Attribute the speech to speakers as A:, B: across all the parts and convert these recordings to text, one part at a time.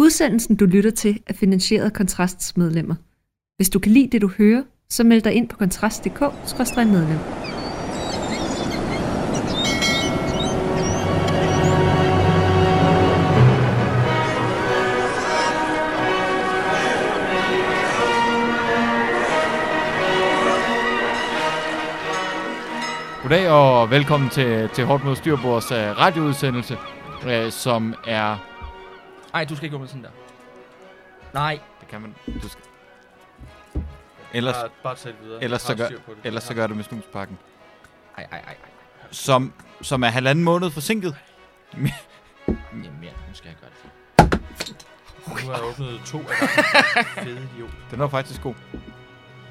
A: Udsendelsen, du lytter til, er finansieret af Kontrasts medlemmer. Hvis du kan lide det, du hører, så meld dig ind på kontrast.dk-medlem.
B: Goddag og velkommen til, til Hårdt mod Styrbords uh, radioudsendelse, uh, som er...
C: Nej, du skal ikke åbne sådan der. Nej.
B: Det kan man... Du skal, ellers,
C: Bare, bare tæt videre.
B: ellers, så
C: Jeg har
B: gør,
C: styr på det.
B: ellers så gør du med snuspakken.
C: Ej, ej, ej.
B: Som, som er halvanden måned forsinket.
C: ej. Jamen ja, nu skal jeg gøre det. Nu har jeg åbnet to af dem. Fede idiot.
B: Den var faktisk god.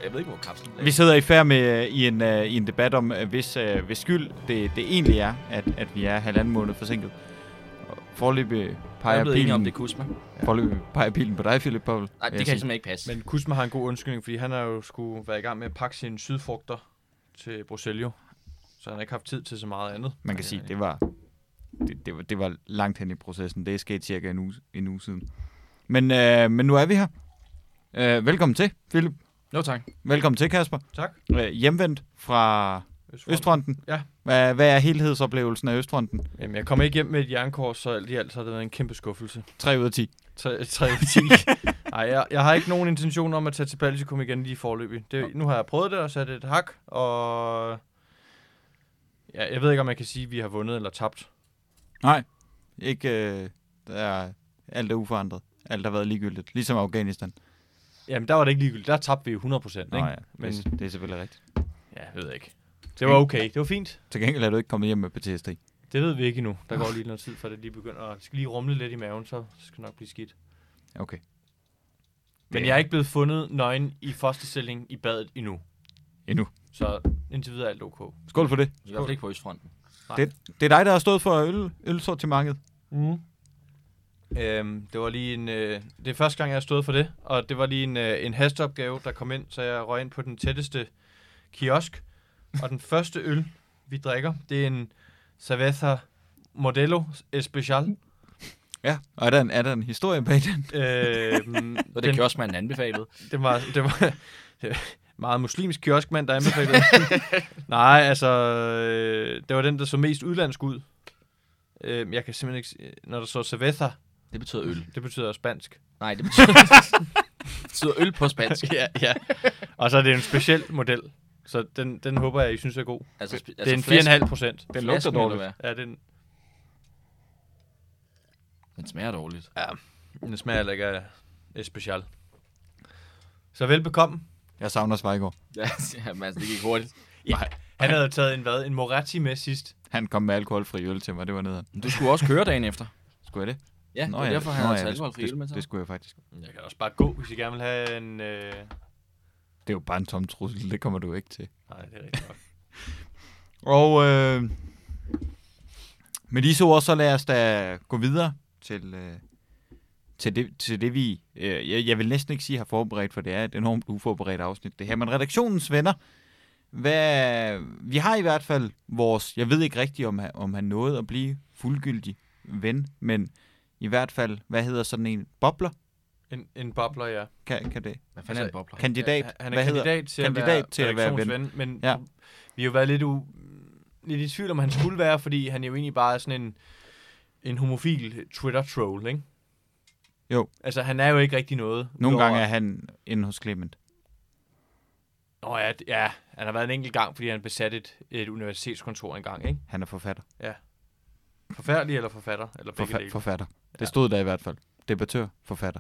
C: Jeg ved ikke, hvor kapslen er.
B: Vi sidder i færd med øh, i en, øh, i en debat om, øh, hvis, øh, hvis skyld det, det egentlig er, at, at vi er halvanden måned forsinket. Og Forløbig
C: jeg
B: peger,
C: er blevet enig om, det
B: pilen,
C: er Kusma.
B: forløbig peger pilen på dig, Philip Pavel.
C: Nej, det kan simpelthen ikke passe.
D: Men Kusma har en god undskyldning, fordi han har jo skulle være i gang med at pakke sine sydfrugter til Bruxelles. Så han har ikke haft tid til så meget andet. øh,
B: Man kan sige, det var, det, det, var, det var langt hen i processen. Det er sket cirka en uge, en uge siden. Men, øh, men nu er vi her. Øh, velkommen til, Philip.
C: Jo tak.
B: Velkommen til, Kasper.
D: Tak.
B: Øh, hjemvendt fra
D: Østfront.
B: Østfronten.
D: Ja.
B: Hvad, hvad er helhedsoplevelsen af Østfronten?
D: Jamen, jeg kommer ikke hjem med et jernkors, så alt i alt så har det været en kæmpe skuffelse.
B: 3 ud af 10.
D: 3 10. Nej, jeg, jeg, har ikke nogen intention om at tage til Baltikum igen lige forløbig. Det, nu har jeg prøvet det og sat et hak, og... Ja, jeg ved ikke, om jeg kan sige, at vi har vundet eller tabt.
B: Nej. Ikke, øh, der er, alt er uforandret. Alt har været ligegyldigt. Ligesom Afghanistan.
D: Jamen, der var det ikke ligegyldigt. Der tabte vi jo 100%, ikke?
B: Nå ja,
D: Men-
B: men... det, det er selvfølgelig rigtigt.
D: Ja, jeg ved ikke. Det var okay. Det var fint.
B: Til gengæld er du ikke kommet hjem med PTSD.
D: Det ved vi ikke endnu. Der går lige noget tid, før det lige begynder at... Det skal lige rumle lidt i maven, så skal det nok blive skidt.
B: Okay.
D: Men
B: Det-
D: jeg er ikke blevet fundet nøgen i fosterstilling i badet endnu.
B: Endnu.
D: Så indtil videre er alt okay.
B: Skål for det.
C: I hvert fald ikke på Østfronten.
B: Det er dig, der har stået for øl, ølsortimentet.
D: Mm. Øhm, det var lige en... Øh, det er første gang, jeg har stået for det. Og det var lige en, øh, en hasteopgave, der kom ind, så jeg røg ind på den tætteste kiosk. Og den første øl, vi drikker, det er en Cerveza Modelo Especial.
B: Ja, og er der en, er der en historie bag den?
D: øhm,
C: Så det kan også man anbefalede.
D: Det var, det var meget muslimsk kioskmand, der anbefalede den. Nej, altså, øh, det var den, der så mest udlandsk ud. Øh, jeg kan simpelthen ikke... s- Når der så Cerveza,
C: Det betyder øl.
D: det betyder spansk.
C: Nej, det betyder, det betyder øl på spansk.
D: ja, ja. Og så er det en speciel model. Så den, den håber jeg, I synes er god.
C: Altså, sp-
D: Altså, det er
C: flasken-
D: en 4,5 procent.
B: Den
C: lugter
B: lugter
C: dårligt.
B: dårligt.
C: Hvad?
D: Ja, den,
C: Den smager dårligt.
D: den smager heller ikke af et special. Så velbekomme.
B: Jeg savner Svejgaard.
C: Ja, jamen, altså, det gik hurtigt.
D: Han havde taget en hvad? En Moratti med sidst.
B: Han kom med alkoholfri øl til mig, det var nederen.
C: Men du skulle også køre dagen efter.
B: Skulle jeg det?
C: Ja, Nå, det er derfor, han
B: Nå
C: har taget
B: det-
C: alkoholfri
B: det-
C: øl med sig.
B: Det skulle jeg faktisk.
C: Mm.
D: Jeg kan også bare gå, hvis I gerne vil have en... Øh...
B: Det er jo bare en tom trussel, det kommer du ikke til.
D: Nej, det er rigtigt nok.
B: Og øh, med disse ord, så lad os da gå videre til, øh, til, det, til det, vi... Øh, jeg, jeg vil næsten ikke sige har forberedt, for det er et enormt uforberedt afsnit, det her. Men redaktionens venner, hvad, vi har i hvert fald vores... Jeg ved ikke rigtigt, om, han- om han nåede at blive fuldgyldig ven, men i hvert fald, hvad hedder sådan en? Bobler?
D: En, en bobler, ja.
B: Kan, kan det?
C: Hvad fanden er en
D: Altså,
C: bobler?
B: Kandidat?
D: Han, han er
B: hvad
D: kandidat
B: hedder?
D: til
B: kandidat
D: at være,
B: til at være ven.
D: redaktionsven, Men
B: Ja.
D: ja. vi har jo været lidt, u, lidt i tvivl om, han skulle være, fordi han jo egentlig bare er sådan en, en homofil Twitter-troll, ikke?
B: Jo.
D: Altså, han er jo ikke rigtig noget.
B: Nogle
D: udover-
B: gange er han inde hos Clement.
D: Nå ja, d- ja, han har været en enkelt gang, fordi han besatte et, et universitetskontor engang, ikke?
B: Han er forfatter.
D: Forfærdelig eller forfatter? Eller begge
B: Forfa-
D: dele.
B: forfatter.
D: Ja.
B: Det stod der i hvert fald. Debattør, forfatter.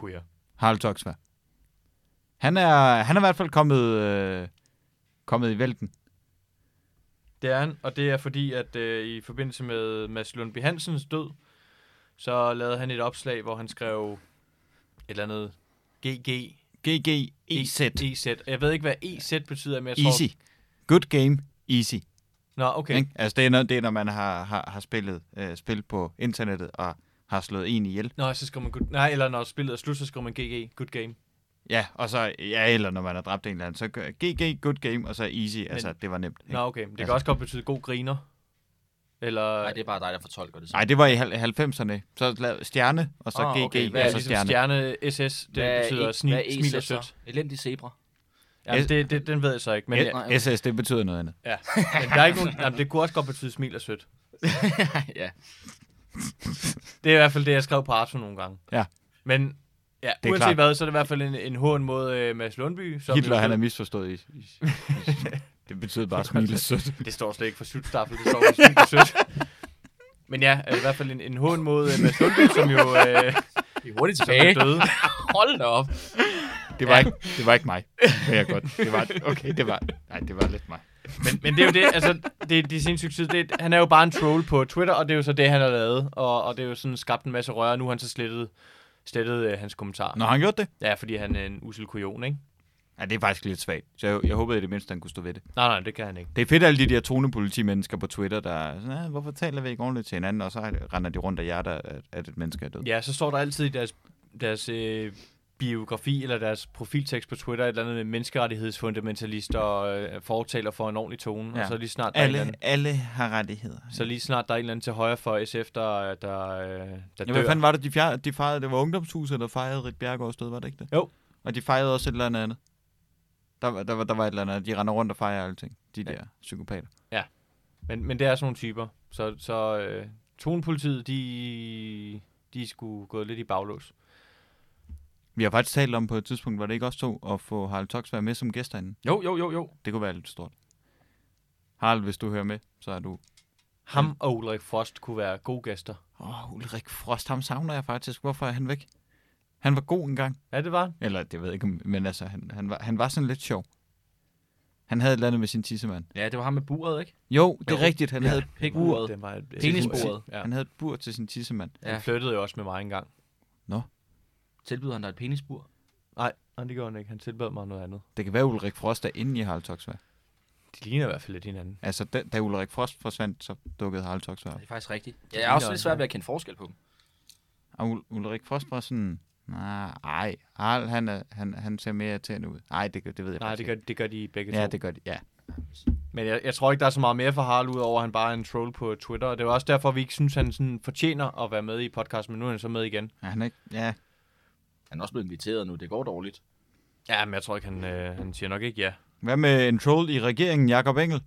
D: Queer.
B: Harald Toksvær. Han er, han er i hvert fald kommet, øh, kommet i vælten.
D: Det er han, og det er fordi, at øh, i forbindelse med Mads Lundby Hansens død, så lavede han et opslag, hvor han skrev et eller andet GG
B: GG, EZ,
D: EZ. E Jeg ved ikke, hvad EZ betyder, men jeg tror...
B: E easy. Good game, easy.
D: Nå, okay.
B: Ikke? Altså det er, når, det er, når man har, har, har spillet øh, spil på internettet og har slået en ihjel.
D: Nå, så skriver man good... Nej, eller når spillet er slut, så skriver man GG. Good game.
B: Ja, og så, ja, eller når man har dræbt en eller anden, så gør GG, good game, og så easy. Altså, det var nemt. ikke?
D: Nå, okay. Men det
B: Altså-
D: kan også godt betyde god griner. Eller
C: Nej, det er bare dig, der fortolker det. Så.
B: Nej, det var i hal- 90'erne. Så lavede stjerne, og så
C: Ah,
B: GG,
C: okay. Hvad
D: hvad
B: og
D: er
B: så
D: ligesom
B: stjerne.
D: stjerne. stjerne SS? Det
C: Hvad er
D: hvad betyder
C: E-
D: sni,
C: hvad er E
D: smil og
C: sæt så?
D: sødt.
C: Elendig zebra.
D: Jamen, det, det, den ved jeg så ikke, men,
B: Ja,
D: jeg,
C: Nej,
B: nej, SS, det betyder noget andet.
D: ja. men der er ikke nogen, jamen, det kunne også godt betyde smil og sødt.
C: ja.
D: Det er i hvert fald det, jeg skrev på Arto nogle gange.
B: Ja.
D: Men ja,
B: er
D: uanset
B: klart.
D: hvad, så er det i hvert fald en, en hån mod øh, Mads Lundby. Som
B: Hitler,
D: jo-
B: han er misforstået i... i, i det betyder bare smile og sødt.
D: Det står slet ikke for syltstaffel, det står for sygt og sødt. Men ja, øh, i hvert fald en, en hån mod øh, Mads Lundby, som jo øh,
C: Det er hurtigt
D: som er
C: tilbage.
D: døde.
C: Hold da op.
B: Det var, ikke, det var ikke mig. Det jeg godt. Det var, okay, det var, nej, det var lidt mig.
D: Men, men det er jo det, altså, det, det er sindssygt tid. Det, han er jo bare en troll på Twitter, og det er jo så det, han har lavet. Og, og det er jo sådan skabt en masse røre, og nu har han så slettet, slettet øh, hans kommentar.
B: Nå, har han gjort det?
D: Ja, fordi han er en usel kujon, ikke?
B: Ja, det er faktisk lidt svagt. Så jeg, jeg håbede i det mindste, han kunne stå ved det.
D: Nej, nej, det kan han ikke.
B: Det er fedt, alle de der tonepolitimennesker på Twitter, der er sådan, "Ah, hvorfor taler vi ikke ordentligt til hinanden, og så render de rundt af jer, der, at, at et menneske er død.
D: Ja, så står der altid i deres, deres øh, biografi eller deres profiltekst på Twitter, et eller andet med menneskerettighedsfundamentalister og øh, fortaler for en ordentlig tone. Ja.
B: Ja.
D: Og så lige snart der er en eller
B: Alle,
D: anden,
B: alle har rettigheder.
D: så lige snart der er en eller anden til højre for SF, der, der, øh, der
B: Ja,
D: dør.
B: hvad fanden var det, de, fjer- de fejrede? Det var ungdomshuset, der fejrede Rit Bjergårds død, var det ikke det?
D: Jo.
B: Og de fejrede også et eller andet andet. Der, var- der, var, der var et eller andet, de render rundt og fejrer alting. De der psykopater.
D: Men, men det er sådan nogle typer. Så, så øh, tonepolitiet, de, de skulle gå lidt i baglås.
B: Vi har faktisk talt om på et tidspunkt, var det ikke også to, at få Harald Toksberg med som gæst herinde.
C: Jo, jo, jo, jo.
B: Det kunne være lidt stort. Harald, hvis du hører med, så er du...
D: Ham og Ulrik Frost kunne være gode gæster.
B: Åh, oh, Ulrik Frost, ham savner jeg faktisk. Hvorfor er han væk? Han var god engang.
D: Ja, det var han.
B: Eller, det ved jeg ikke, om- men altså, han, han, var, han var sådan lidt sjov. Han havde et eller andet med sin tissemand.
C: Ja, det var ham med buret, ikke?
B: Jo, det er
C: Jo.
B: rigtigt. Han, ja. havde,
C: Pik
D: Uret.
C: uret.
D: Den var et,
C: Penisbordet.
D: Ja.
B: han havde et bur til sin tissemand.
D: Han flyttede jo også med mig engang.
C: Tilbyder han dig et penisbur?
D: Nej, nej, det gjorde han ikke. Han tilbød mig noget andet.
B: Det kan være, Ulrik Frost er inde i Harald Toksberg.
D: De ligner i hvert fald lidt hinanden.
B: Altså, da, da Ulrik Frost forsvandt, så dukkede Harald Toksberg op.
C: Det er faktisk rigtigt. Ja, jeg er også lidt svært ved at kende forskel på dem.
B: Og Ul- Ulrik Frost var sådan... Nej, ej, Harald, han, er, han, han ser mere irriterende ud. Nej, det, gør- det ved jeg
D: Nej,
B: faktisk
D: det gør, det gør de begge
B: ikke. Ja,
D: to.
B: det gør det, ja.
D: Men jeg, jeg tror ikke, der er så meget mere for Harald, udover at han bare er en troll på Twitter. Og det er jo også derfor, vi ikke synes, han sådan fortjener at være med i podcasten, men nu er han så med igen.
B: ja, han er ikke, ja.
C: Han er også blevet inviteret nu. Det går dårligt.
D: Ja, men jeg tror ikke, han, øh, han siger nok ikke ja.
B: Hvad med en troll i regeringen, Jakob Engel?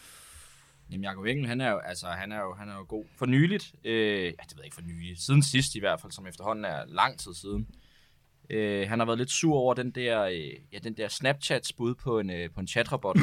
C: Jamen, Jacob Engel, han er jo, altså, han er jo, han er jo god. For nyligt, øh, ja, det ved jeg ikke for nyligt, siden sidst i hvert fald, som efterhånden er lang tid siden, øh, han har været lidt sur over den der, øh, ja, den der Snapchats bud på en, øh, på en chatrobot.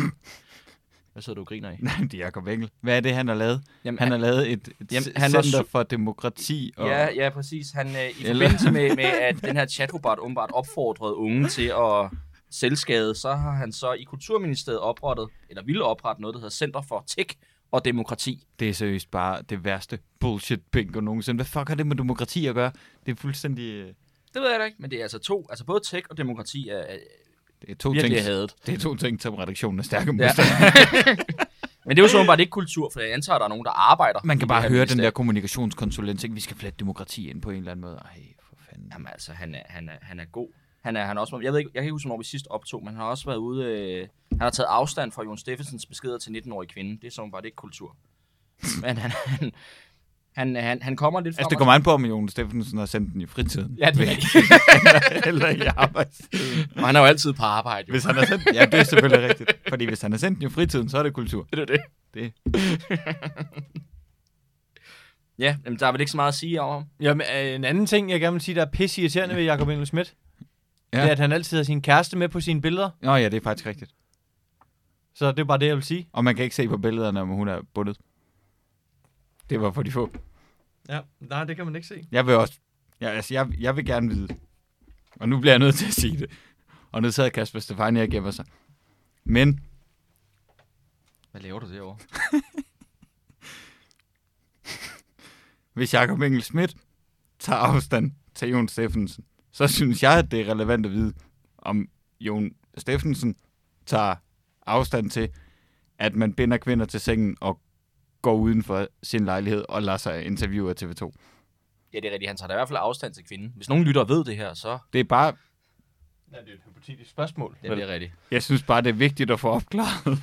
C: Hvad sidder du og griner i?
B: Nej, det er Jakob Engel. Hvad er det, han har lavet?
C: Jamen,
B: Han har lavet et, et
C: Jamen,
B: Jamen,
C: han var
B: center
C: su-
B: for demokrati. Og,
C: Ja, ja, præcis. Han, øh, I
B: Eller-
C: forbindelse med, med, at den her chatrobot åbenbart opfordrede unge til at selvskade, så har han så i Kulturministeriet oprettet, eller ville oprette noget, der hedder Center for Tech og Demokrati.
B: Det er seriøst bare det værste bullshit bingo nogensinde. Hvad fuck har det med demokrati at gøre? Det er fuldstændig øh,
C: Det ved jeg da ikke, men det er altså to, altså både tech og demokrati er, er
B: det er to ting.
C: virkelig hadet.
B: Det er to ting, som redaktionen er stærke mod.
C: Ja.
B: Ja.
C: Men det er jo så åbenbart ikke kultur, for jeg antager, at der er nogen, der arbejder.
B: Man kan
C: i
B: bare
C: det her
B: høre den der
C: ministerie.
B: kommunikationskonsulent, ikke? Vi skal flette demokrati ind på en eller anden måde. Ej, for fanden.
C: Jamen altså, han er, han er, han er god. Han er, han er også, jeg, ved ikke, jeg kan ikke huske, hvornår vi sidst optog, men han har også været ude... Øh, han har taget afstand fra Jon Steffensens beskeder til 19-årige kvinde. Det er som bare det er ikke kultur. Men han, han, han, han, han kommer lidt frem...
B: Altså, det
C: og-
B: kommer an på, om Jon Steffensen har sendt den i fritiden.
C: Ja, det er
B: eller, eller i arbejds.
C: Og han er jo altid på arbejde, jo.
B: Hvis han har sendt Ja, det er selvfølgelig rigtigt. Fordi hvis han har sendt den i fritiden, så er det kultur.
C: Det er det.
B: Det.
C: ja, jamen, der er vel ikke så meget at sige om ham.
D: Jamen, øh, en anden ting, jeg gerne vil sige, der er pisse irriterende ved Jacob Engel Schmidt,
B: Ja.
D: ja. det er, at han altid har sin kæreste med på sine billeder.
B: Nå ja, det er faktisk rigtigt.
D: Så det er bare det, jeg vil sige.
B: Og man kan ikke se på billederne, om hun er bundet. Det var for de få.
D: Ja, nej, det kan man ikke se.
B: Jeg vil også... Jeg, altså, jeg, jeg vil gerne vide. Og nu bliver jeg nødt til at sige det. Og nu sidder Kasper Stefani og gemmer sig. Men
C: Hvad laver du derovre?
B: hvis Jakob Engel Schmidt tager afstand til Jon Steffensen, så synes jeg, at det er relevant at vide, om Jon Steffensen tager afstand til, at man binder kvinder til sengen og går uden for sin lejlighed og lader sig interviewe af TV2.
C: Ja, det er rigtigt. Han tager da i hvert fald afstand til kvinden. Hvis nogen lytter og ved det her, så...
B: Det er bare,
D: Ja, det er et hypotetisk spørgsmål.
C: Ja, det er rigtigt.
B: jeg synes bare, det er vigtigt at få opklaret.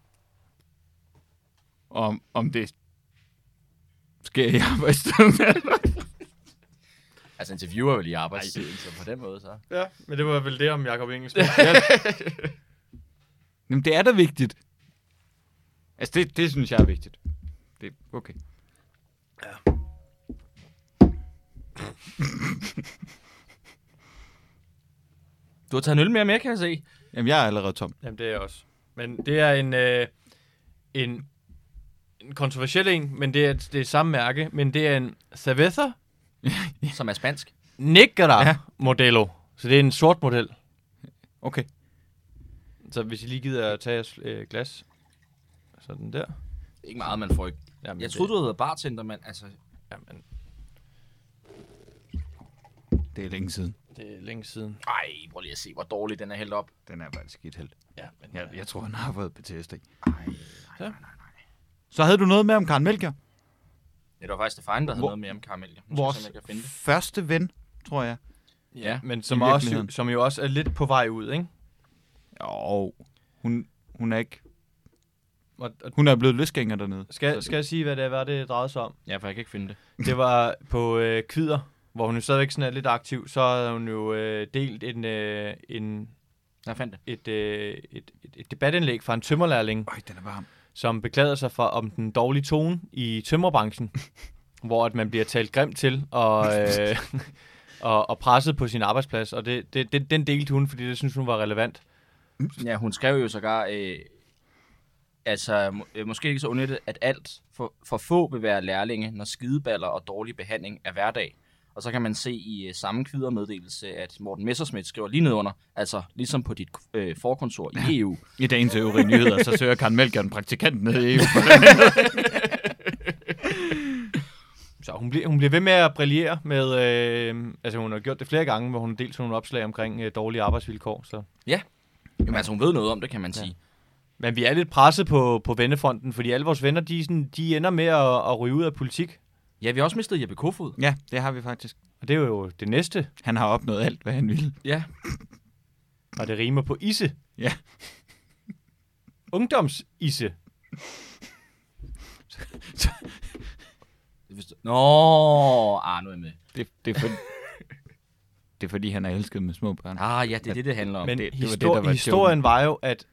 B: om, om det sker i arbejdsstedet.
C: Altså, interviewer vel i arbejdstiden, så på den måde så.
D: Ja, men det var vel det om Jacob Engelsmann.
B: Jamen, det er da vigtigt. Altså, det, det synes jeg er vigtigt. Det, okay.
C: Du har taget en øl mere med, kan jeg se.
B: Jamen, jeg er allerede tom.
D: Jamen, det er jeg også. Men det er en, øh, en, en kontroversiel en, men det er, det er samme mærke, men det er en Cerveza
C: Som er spansk.
D: Negra
B: Ja.
D: ja. Modelo. Så det er en sort model.
B: Okay.
D: Så hvis I lige gider at tage jeres øh, glas, sådan der.
C: Ikke meget, man får ikke.
D: Jamen,
C: Jeg troede, du havde været bartender, men altså...
D: det, jamen,
B: Det er længe siden.
D: det er længe siden.
C: Ej, prøv lige at se, hvor dårlig den er hældt op.
B: Den er faktisk skidt held.
D: Ja, men
B: Jeg, jeg tror, han har fået PTSD.
D: Så.
B: Så havde du noget med om Karen Melker?
C: Ja, det var faktisk det fejne, der havde
B: Hvor-
C: noget mere om karameller. Nu skal jeg se,
B: Vores
C: om jeg kan finde det.
B: første ven, tror jeg.
D: ja, men
B: i
D: som, også,
B: virkeligheden.
D: som jo også er lidt på vej ud, ikke?
B: Jo, hun, hun er ikke...
D: Og, og
B: Hun er blevet løsgænger dernede.
D: skal, skal jeg sige, hvad det var, det drejede sig om?
C: Ja, for jeg kan ikke finde det.
D: Det var på øh, Kvider, hvor hun jo stadigvæk sådan er lidt aktiv. Så havde hun jo øh, delt en, øh, en,
C: Jeg fandt det.
D: et, øh, et, et, et debatindlæg fra en tømmerlærling,
B: Øj, den er varm.
D: som beklagede sig for om den dårlige tone i tømmerbranchen, hvor at man bliver talt grimt til og, øh, og, og presset på sin arbejdsplads. Og det, det, det, den delte hun, fordi det synes hun var relevant.
C: Ja, hun skrev jo sågar, øh, altså må, øh, måske ikke så unødigt, at alt for, for få vil være lærlinge, når skideballer og dårlig behandling er hverdag. Og så kan man se i øh, samme kvidermeddelelse, at Morten Messerschmidt skriver lige nedenunder, altså ligesom på dit øh, forkontor i EU.
B: I dagens øvrige nyheder, så søger Karen Melker en praktikant nede i EU.
D: Så hun, bliver, hun bliver ved med at brillere med, øh, altså hun har gjort det flere gange, hvor hun har delt sådan nogle opslag omkring øh, dårlige arbejdsvilkår. Så.
C: Jamen altså, hun ved noget om det, kan man sige.
D: Men vi er lidt presset på, på vennefronten, fordi alle vores venner, de, er sådan, de ender med at, at ryge ud af politik.
C: Ja, vi har også mistet Jeppe Kofod.
B: Ja, det har vi faktisk.
D: Og det er jo det næste,
B: Han har opnået alt, hvad han ville.
C: Ja.
D: og det rimer på isse.
B: Ja.
D: Ungdomsisse.
C: Hvis du- Nå, ah, nu er jeg med.
B: Det, det, er, for, det er fordi, han er elsket med små børn.
C: Ah, ja, det er det, det handler om.
D: Men
B: det-
D: det,
B: det var
D: det
B: det,
D: histor-
B: der
D: det,
B: var
D: var historien var jo, at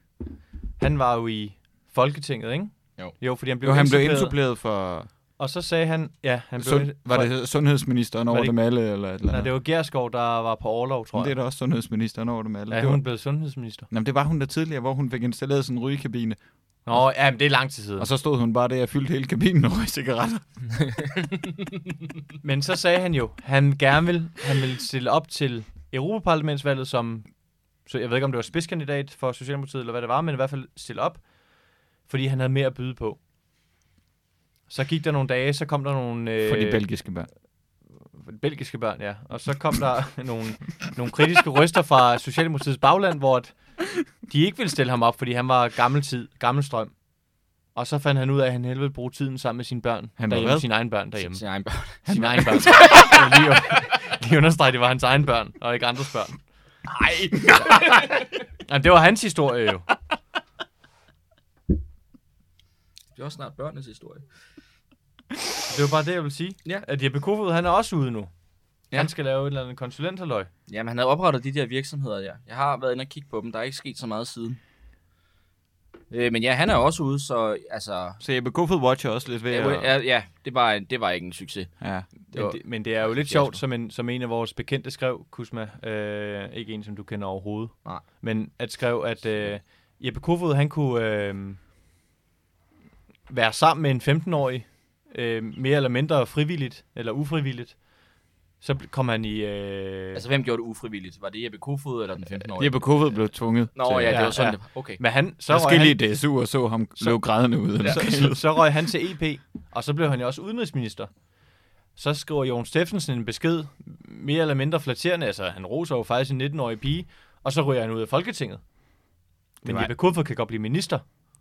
D: han var jo i Folketinget, ikke?
C: Jo.
D: Jo, fordi han blev,
B: Jo, han blev
D: indsuppleret.
B: indsuppleret for...
D: Og så sagde han, ja, han blev...
B: Sund, var det sundhedsministeren over
D: det
B: dem alle, eller et eller
D: Nej,
B: andet?
D: det var Gerskov, der var på overlov, tror
B: det er
D: jeg.
B: da også sundhedsministeren over dem alle.
D: Ja,
B: det, var,
D: hun blev sundhedsminister.
B: jamen, det var hun der tidligere, hvor hun fik installeret sådan en rygekabine,
D: Nå, ja, men det er lang tid siden.
B: og så stod hun bare der og fyldte hele kabinen med røgcigaretter.
D: Men så sagde han jo, han gerne vil, han vil stille op til Europaparlamentsvalget som, så jeg ved ikke om det var spidskandidat for Socialdemokratiet eller hvad det var, men i hvert fald stille op, fordi han havde mere at byde på. Så gik der nogle dage, så kom der nogle... Øh,
B: For de belgiske børn.
D: for de belgiske børn, ja. Og så kom der nogle, nogle kritiske røster fra Socialdemokratiets bagland, hvor at de ikke ville stille ham op, fordi han var gammel tid, gammel strøm. Og så fandt han ud af, at han helvede ville bruge tiden sammen med sine børn
B: Han var
D: derhjemme,
B: hvad?
D: sine egne børn derhjemme.
C: Sin egen børn.
D: Sine egne børn. Jeg vil lige, lige understrege, at det var hans egen børn, og ikke andres børn.
C: Nej.
D: Jamen, det var hans historie jo.
C: Det er også snart børnenes historie.
D: Det var bare det, jeg ville sige.
C: Ja.
D: At Jeppe Kofod, han er også ude nu.
C: Ja.
D: Ja. Han skal lave et eller andet konsulenterløg.
C: Jamen, han havde oprettet de der virksomheder der. Jeg har været inde og kigge på dem. Der er ikke sket så meget siden. Øh, men ja, han er jo også ude, så altså...
B: Så Jeppe Kofod watcher også lidt ved
C: Ja,
B: at...
C: ja, ja det, var, en- det var ikke en succes.
B: Ja.
C: Det var,
D: Men det, men det er jo lidt sjovt, som en, som en af vores bekendte skrev, Kusma, øh, ikke en, som du kender overhovedet,
C: Nej.
D: men at skrev, at øh, Jeppe Kofod, han kunne øh, være sammen med en 15-årig, øh, mere eller mindre frivilligt, eller ufrivilligt. Så bl- kom han i... Øh, altså,
C: altså, hvem gjorde det ufrivilligt? Var det Jeppe Kofod eller den 15-årige?
B: Jeppe Kofod blev tvunget.
C: Nå ja, det
D: Ja,
C: var sådan,
D: ja.
C: det var. Okay.
D: men han, så
B: Så
D: røg
B: forskellige
D: han,
B: DSU'er så ham løbe grædende ud. Ja.
D: så, så, så røg han til EP, og så blev han jo også udenrigsminister. Så skriver Jon Steffensen en besked, mere eller mindre flatterende, altså han roser jo faktisk en 19-årig pige, og så ryger han ud af Folketinget. Men
B: var-
D: Jeppe Kofod kan godt blive minister.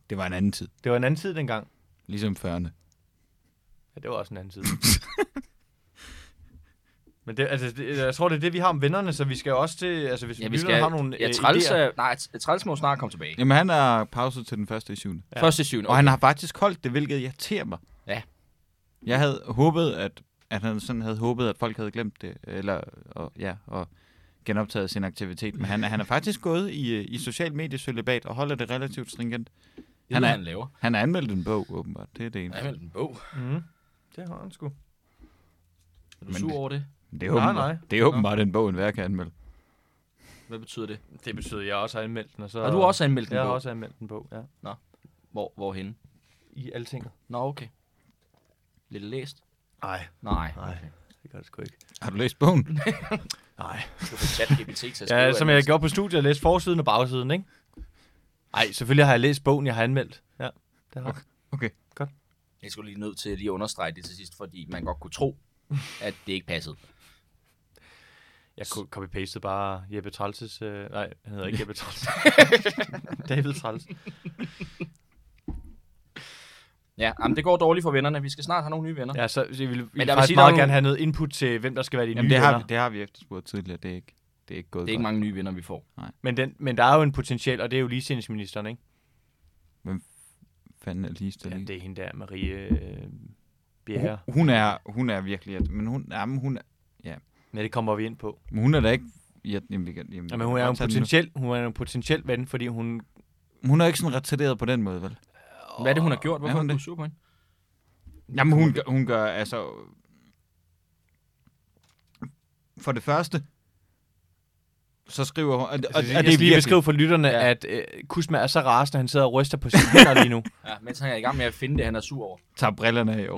B: Det var en anden tid.
D: Det var en anden tid dengang.
B: Ligesom 40'erne.
D: Ja, det var også en anden tid. Men det, altså, det, jeg tror, det er det, vi har om vennerne, så vi skal jo også til... Altså, hvis
C: Ja, vi
D: lytterne
C: skal...
D: har nogle
C: ja,
D: øh,
C: træls,
D: idéer.
C: øh, nej, t- træls må snart komme tilbage.
B: Jamen, han er pauset til den første i syvende.
D: Ja.
C: Ja. Første syvende.
B: Okay. Og han har faktisk holdt det, hvilket irriterer mig.
C: Ja.
B: Jeg havde håbet, at, at han sådan havde håbet, at folk havde glemt det, eller og, ja, og genoptaget sin aktivitet. Men han, han er faktisk gået i, øh, i social mediesølibat og holder det relativt stringent.
C: han,
B: er-
C: er... han laver.
B: Han har anmeldt en bog, åbenbart. Det er det ene.
C: Han har en bog.
D: Mm. Det har han sgu.
C: Er du
B: Men-
C: sur over det?
B: Det er åbenbart,
D: nej.
B: Det er åbenbart en bog, en værk kan anmelde.
C: Hvad betyder det?
D: Det betyder, at jeg også har anmeldt den. Og så,
C: Har du også anmeldt en
D: Jeg har
C: bog?
D: også anmeldt en bog, ja.
C: Hvor, hvorhenne?
D: I altinget.
C: Nå, okay. Lidt læst?
D: Nej,
C: Nej.
D: Nej.
C: Okay.
D: det gør det sgu ikke.
B: Har du læst bogen?
D: Nej.
C: Du får chat GPT til at
D: Ja,
C: skrive
D: som jeg
C: anmeldelsen.
D: gjorde på studiet, jeg læste forsiden og bagsiden, ikke? Nej, selvfølgelig har jeg læst bogen, jeg har anmeldt. Ja, det har jeg.
C: Jeg skulle lige nødt til lige at understrege det til sidst, fordi man godt kunne tro, at det ikke passede.
D: Jeg kunne copy-pastede bare Jeppe Trælses... Øh, nej, han hedder ikke Jeppe Træls. David Træls.
C: Ja, jamen, det går dårligt for vennerne. Vi skal snart have nogle nye venner. Ja.
D: Ja, så jeg ville, ville
C: der vil
D: faktisk
C: sige,
D: sige,
C: der er
D: meget
C: nogle-
D: gerne have noget input til, hvem der skal være de
B: Jamen,
D: nye
B: det har, vi,
D: venner.
B: det har vi efterspurgt tidligere. Det er ikke, det er ikke gået
C: Det er ikke mange nye venner, vi får.
D: Men, den, men der er jo en potentiel, og det er jo ligestillingsministeren, ikke?
B: godt. Fanden er
D: Ja,
B: ligestilling.
D: det er hende der, Marie øh, Bjerre.
B: Hun- Hun er, hun er virkelig... at- Men hun, jamen, hun,
D: Men det kommer vi ind på.
B: men hun er da ikke... Ja, jamen, vi kan, jamen,
D: Jamen, hun er jo en potentiel, hun er jo en potentiel ven, fordi hun...
B: Hun er jo ikke sådan retarderet på den måde, vel?
C: Hvad er det, hun har gjort? Hvorfor
B: Er
C: er
B: hun
C: hun
B: det?
C: sur på hende?
B: Jamen, hun, gør- hun gør, altså... For det første, så skriver hun... Og, og, og
D: Og,
B: Altså, det
D: jeg skal
B: er
D: lige
B: virkelig...
D: beskrive for lytterne,
C: Ja.
D: ja. at øh, Kusma er så rasende, at han sidder og ryster på sine hænder lige nu.
C: Ja, mens han er i gang med at finde det, han er sur over.
B: Tager brillerne af, jo.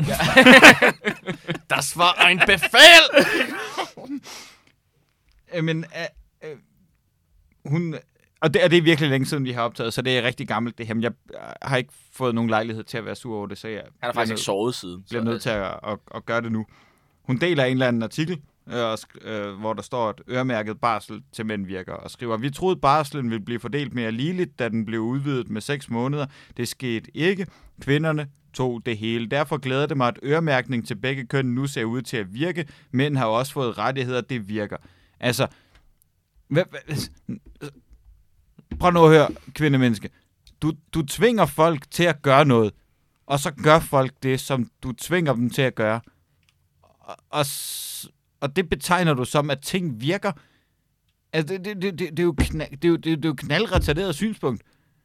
D: Das var ein befal!
B: Ja. Men øh, øh, hun... Og det, og det er virkelig længe siden, vi har optaget, så det er rigtig gammelt det her. Men jeg øh, har ikke fået nogen lejlighed til at være sur over det, så jeg
C: Han er faktisk ikke sovet siden.
B: bliver nødt til at, at, at gøre det nu. Hun deler en eller anden artikel, øh, og sk- øh, hvor der står, at øremærket barsel til mænd virker, og skriver, vi troede barselen ville blive fordelt mere ligeligt, da den blev udvidet med 6 måneder. Det skete ikke. Kvinderne tog det hele. Derfor glæder det mig, at øremærkning til begge køn nu ser ud til at virke. Mænd har også fået rettigheder, det virker. Altså, hvad, hvad, prøv nu at høre, kvindemenneske. Du, du tvinger folk til at gøre noget, og så gør folk det, som du tvinger dem til at gøre. Og, og, s- og det betegner du som, at ting virker. Altså, det, det, det, det, det er jo, knald, det er jo, det, er jo- det er jo knaldretarderet synspunkt.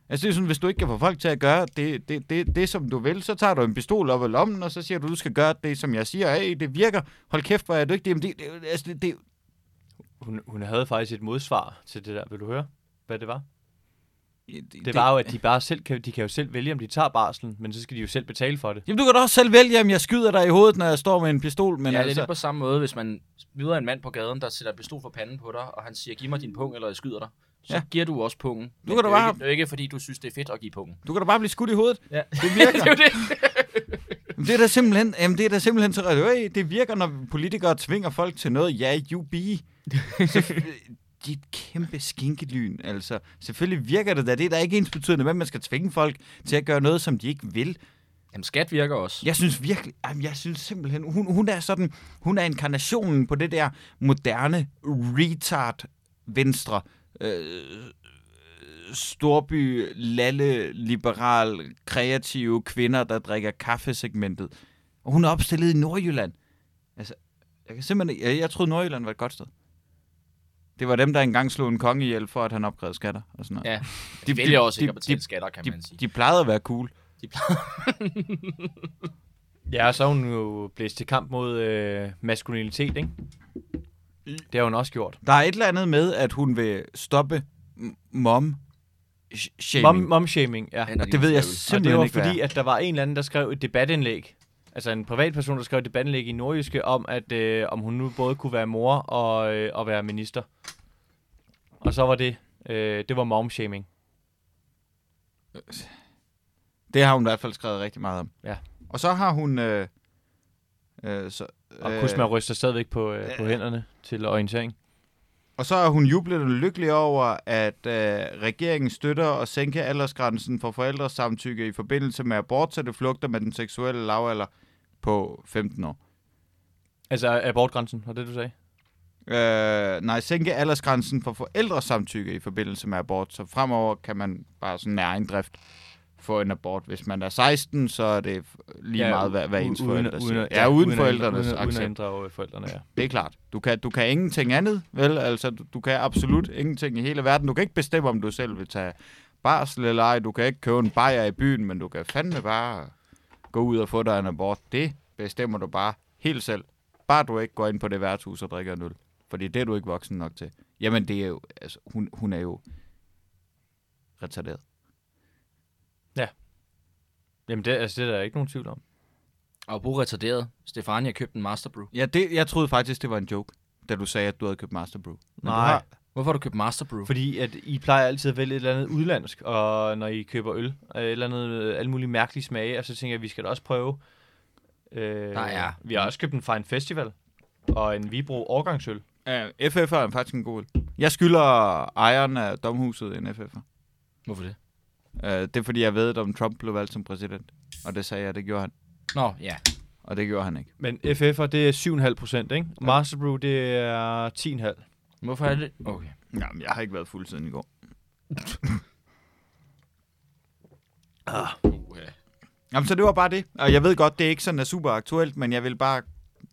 B: Altså, det er sådan, hvis du ikke kan få folk til at gøre det, det, det, det, som du vil, så tager du en pistol op af lommen, og så siger du, du skal gøre det, som jeg siger. Hey, det virker. Hold kæft, hvor er jeg dygtig. Jamen, det, det, altså, det, det,
D: Hun, hun havde faktisk et modsvar til det der. Vil du høre, hvad det var?
B: det,
D: Det, det var jo, at de bare selv kan, de kan jo selv vælge, om de tager barslen, men så skal de jo selv betale for det.
B: Jamen, du kan da også selv vælge, om jeg skyder dig i hovedet, når jeg står med en pistol, men
C: Men ja, det er
B: altså...
C: lidt på samme måde, hvis man møder en mand på gaden, der sætter en pistol for panden på dig, og han siger, giv mig din pung, eller jeg skyder dig. Så
B: Ja.
C: ja. giver du også pungen. Men
B: kan
C: det
B: da
C: er jo
B: bare-
C: ikke, det er jo ikke, fordi du synes, det er fedt at give pungen.
B: Du kan da bare blive skudt i hovedet.
C: Ja.
B: Det virker.
C: det er jo det.
B: Jamen, det er da simpelthen, jamen, det er da simpelthen så øh, det virker, når politikere tvinger folk til noget. Ja, you be. Så, øh, de er et kæmpe skinkelyn, altså. Selvfølgelig virker det da. Det er da ikke ens betydende, men man skal tvinge folk til at gøre noget, som de ikke vil.
C: Jamen, skat virker også.
B: Jeg synes virkelig, jamen, jeg synes simpelthen, hun, hun er sådan, hun er inkarnationen på det der moderne retard venstre øh, storby, lalle, liberal, kreative kvinder, der drikker kaffesegmentet. Og hun er opstillet i Nordjylland. Altså, jeg kan simpelthen, jeg, jeg troede Nordjylland var et godt sted. Det var dem, der engang slog en konge ihjel for, at han opkrævede skatter og sådan noget.
C: Ja,
B: de-
C: de vælger
B: de-
C: også ikke
B: de-
C: at betale
B: de-
C: skatter, kan
B: De,
C: man sige.
B: de plejede at være cool.
C: De plejer-
D: Ja, og så er hun jo blæst til kamp mod øh, maskulinitet, ikke? Det har hun også gjort.
B: Der er et eller andet med, at hun vil stoppe m- mom sh-
D: Mom,
B: shaming.
D: mom-shaming, ja.
C: Ja, når de
B: det ved
C: er
B: jeg
C: ude.
D: Og det
B: simpelthen
D: var
B: ikke,
D: fordi,
B: hvad
D: at der var en eller anden, der skrev et debatindlæg. Altså en privatperson, der skrev et debatindlæg i Nordjyske om, at øh, om hun nu både kunne være mor og, øh, og være minister. Og så var det, øh, det var momshaming.
B: er. det har hun i hvert fald skrevet rigtig meget om.
D: Ja.
B: Og så har hun... Øh, øh, så,
D: Og
B: øh,
D: øh, Kusma ryster stadigvæk på, øh, på hænderne til orientering.
B: og så er hun jublet og lykkelig over, at øh, regeringen støtter at sænke aldersgrænsen for forældres samtykke i forbindelse med abort, så det flugter med den seksuelle lavalder på 15 år.
D: Altså abortgrænsen, var det du sagde?
B: Øh, nej, sænke aldersgrænsen for forældresamtykke i forbindelse med abort, så fremover kan man bare sådan af egen drift få en abort. Hvis man er 16, så er det lige ja, meget, hvad, hvad ens forældre siger. ja, uden, forældrenes
D: uden, uden at
B: accept.
D: inddrage øh, forældrene, ja.
B: Det er klart. Du kan, du kan ingenting andet, vel? Altså, du, du kan absolut ingenting i hele verden. Du kan ikke bestemme, om du selv vil tage barsel eller ej. Du kan ikke købe en bajer i byen, men du kan fandme bare gå ud og få dig en abort. Det bestemmer du bare helt selv. Bare du ikke går ind på det værtshus og drikker en øl. Fordi det er du ikke voksen nok til. Jamen, det er jo... Altså, hun, hun er jo retarderet.
D: Jamen, det, altså, det er der ikke nogen tvivl om.
C: Og brug retarderet. Stefania købte en masterbrew.
B: Ja, det, jeg troede faktisk, det var en joke, da du sagde, at du havde købt Master Brew. Men Du har,
C: Hvorfor har du købt masterbrew?
D: Fordi at I plejer altid at vælge et eller andet udlandsk, og når I køber øl, og et eller andet, øh, alle mulige mærkelige smage, og så tænker jeg, at vi skal da også prøve. Øh,
C: Der er-
D: Vi har også købt en Fine Festival, og en Vibro årgangsøl.
B: øh, FF'er er faktisk en god øl. Jeg skylder ejeren af domhuset en FF'er.
C: Hvorfor det?
B: Øh, det er, fordi jeg ved, om Trump blev valgt som præsident. Og det sagde jeg, det gjorde han.
C: Nå, ja.
B: Og det gjorde han ikke.
D: Men FF'er, det er 7,5 procent, ikke? Master Brew, det er 10,5.
C: Hvorfor er det? Okay.
B: Jamen, jeg har ikke været fuld siden i går.
C: Uh,
B: Ah. Jamen, så det var bare det. Og jeg ved godt, det er ikke sådan er super aktuelt, men jeg vil bare...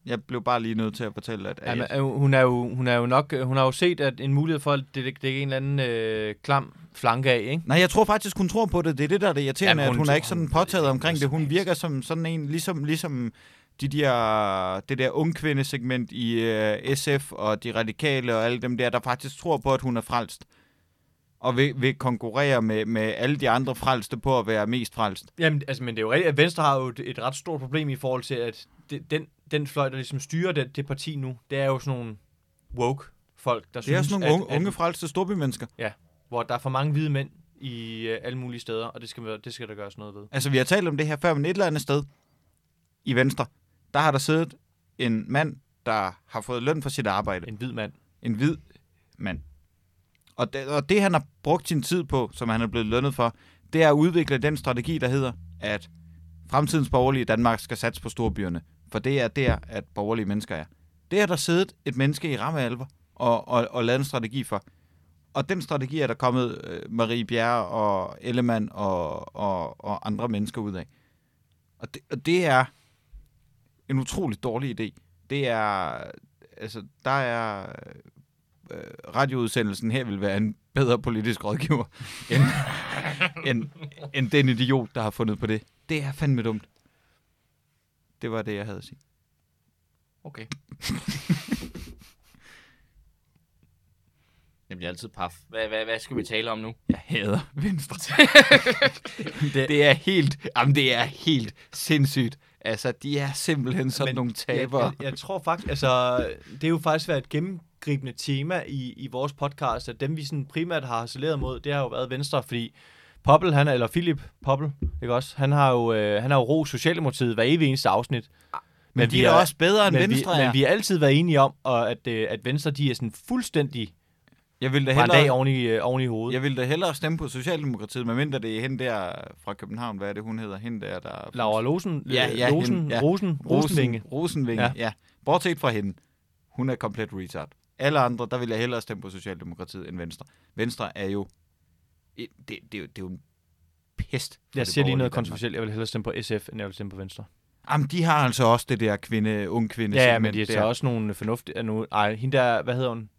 B: Jeg blev bare lige nødt til at fortælle, at... at
D: Jamen, øh, hun, er jo, hun er jo nok, øh, hun har jo set, at en mulighed for, at det, det, det er en eller anden øh, klam flanke af, ikke?
B: Nej, jeg tror faktisk, hun tror på det. Det er det, der er det irriterende,
D: Ja,
B: ja,
D: men
B: hun, at hun
D: hun
B: er
D: tror-
B: ikke sådan
D: hun-
B: påtaget omkring det. Hun virker som sådan en, ligesom, ligesom de der, det der ungkvindesegment i øh, SF og de radikale og alle dem der, der faktisk tror på, at hun er frelst. Og vil, vil konkurrere med, med alle de andre frelste på at være mest frelst.
D: Jamen, altså, men det er jo rigtigt, at Venstre har jo et, et ret stort problem i forhold til, at det, den, den fløj, der ligesom styrer det, det parti nu, det er jo sådan nogle woke folk, der
B: Det er
D: synes,
B: sådan nogle unge,
D: at,
B: unge
D: at,
B: frelste storbymennesker.
D: hvor der er for mange hvide mænd i øh, alle mulige steder, og det skal, man- det skal der gøres noget ved.
B: Altså, vi har talt om det her før, men et eller andet sted i Venstre, der har der siddet en mand, der har fået løn for sit arbejde.
D: En hvid mand.
B: en hvid mand. Og det, og det, han har brugt sin tid på, som han er blevet lønnet for, det er at udvikle den strategi, der hedder, at fremtidens borgerlige i Danmark skal satse på storbyerne. For det er der, at borgerlige mennesker er. Det har der siddet et menneske i ramme alvor og, og, og lavet en strategi for. Og den strategi er der kommet øh, Marie Bjerre og Ellemann og, og, og andre mennesker ud af. Og det, og det er en utrolig dårlig idé. Det er, altså, der er øh, radioudsendelsen her vil være en bedre politisk rådgiver, end, end, end den idiot, der har fundet på det. Det er fandme dumt. Det var det, jeg havde at sige.
C: okay. Jeg bliver altid paf. Hvad, hvad, hvad skal vi tale om nu?
B: Jeg hader Venstre. det, det er helt, jamen, det er helt sindssygt. Altså, de er simpelthen sådan
D: Men
B: nogle tabere.
D: Jeg, jeg, jeg tror faktisk, altså, det er jo faktisk været et gennemgribende tema i, i vores podcast, at dem vi sådan primært har harceleret mod, det har jo været Venstre, fordi Poppel, han er, eller Philip Poppel, ikke også? Han har jo, øh, han har jo ro Socialdemokratiet hver evig eneste afsnit. Men,
B: Ah, de er også bedre end
D: men
B: Venstre
D: Vi,
B: er.
D: men vi har altid været enige om, og at, øh, at Venstre, de er sådan fuldstændig
B: jeg vil da
D: brændt af
B: hellere,
D: oven i, øh, oven i hovedet.
B: jeg vil da hellere stemme på Socialdemokratiet, medmindre det er hende der fra København. Hvad er det, hun hedder? Hende der, der...
D: Laura Losen,
B: Ja,
D: øh,
B: ja,
D: Rosen,
B: hende, ja.
D: Rosen, Rosenvinge.
B: Rosenvinge, ja.
D: Ja.
B: ja. Bortset fra hende, hun er komplet retard. Alle andre, der vil jeg hellere stemme på Socialdemokratiet end Venstre. Venstre er jo... Det, det, det, er jo- det er jo en pest. for
D: Jeg
B: det
D: siger lige
B: borgerlige
D: noget
B: Danmark.
D: kontroversielt. Jeg vil hellere stemme på SF, end jeg vil stemme på Venstre.
B: Jamen, de har altså også det der kvinde, ung kvinde.
D: Ja, ja,
B: segment
D: men de tager
B: der.
D: også nogle fornuftige... Nogle, ej, hende der, hvad hedder hun?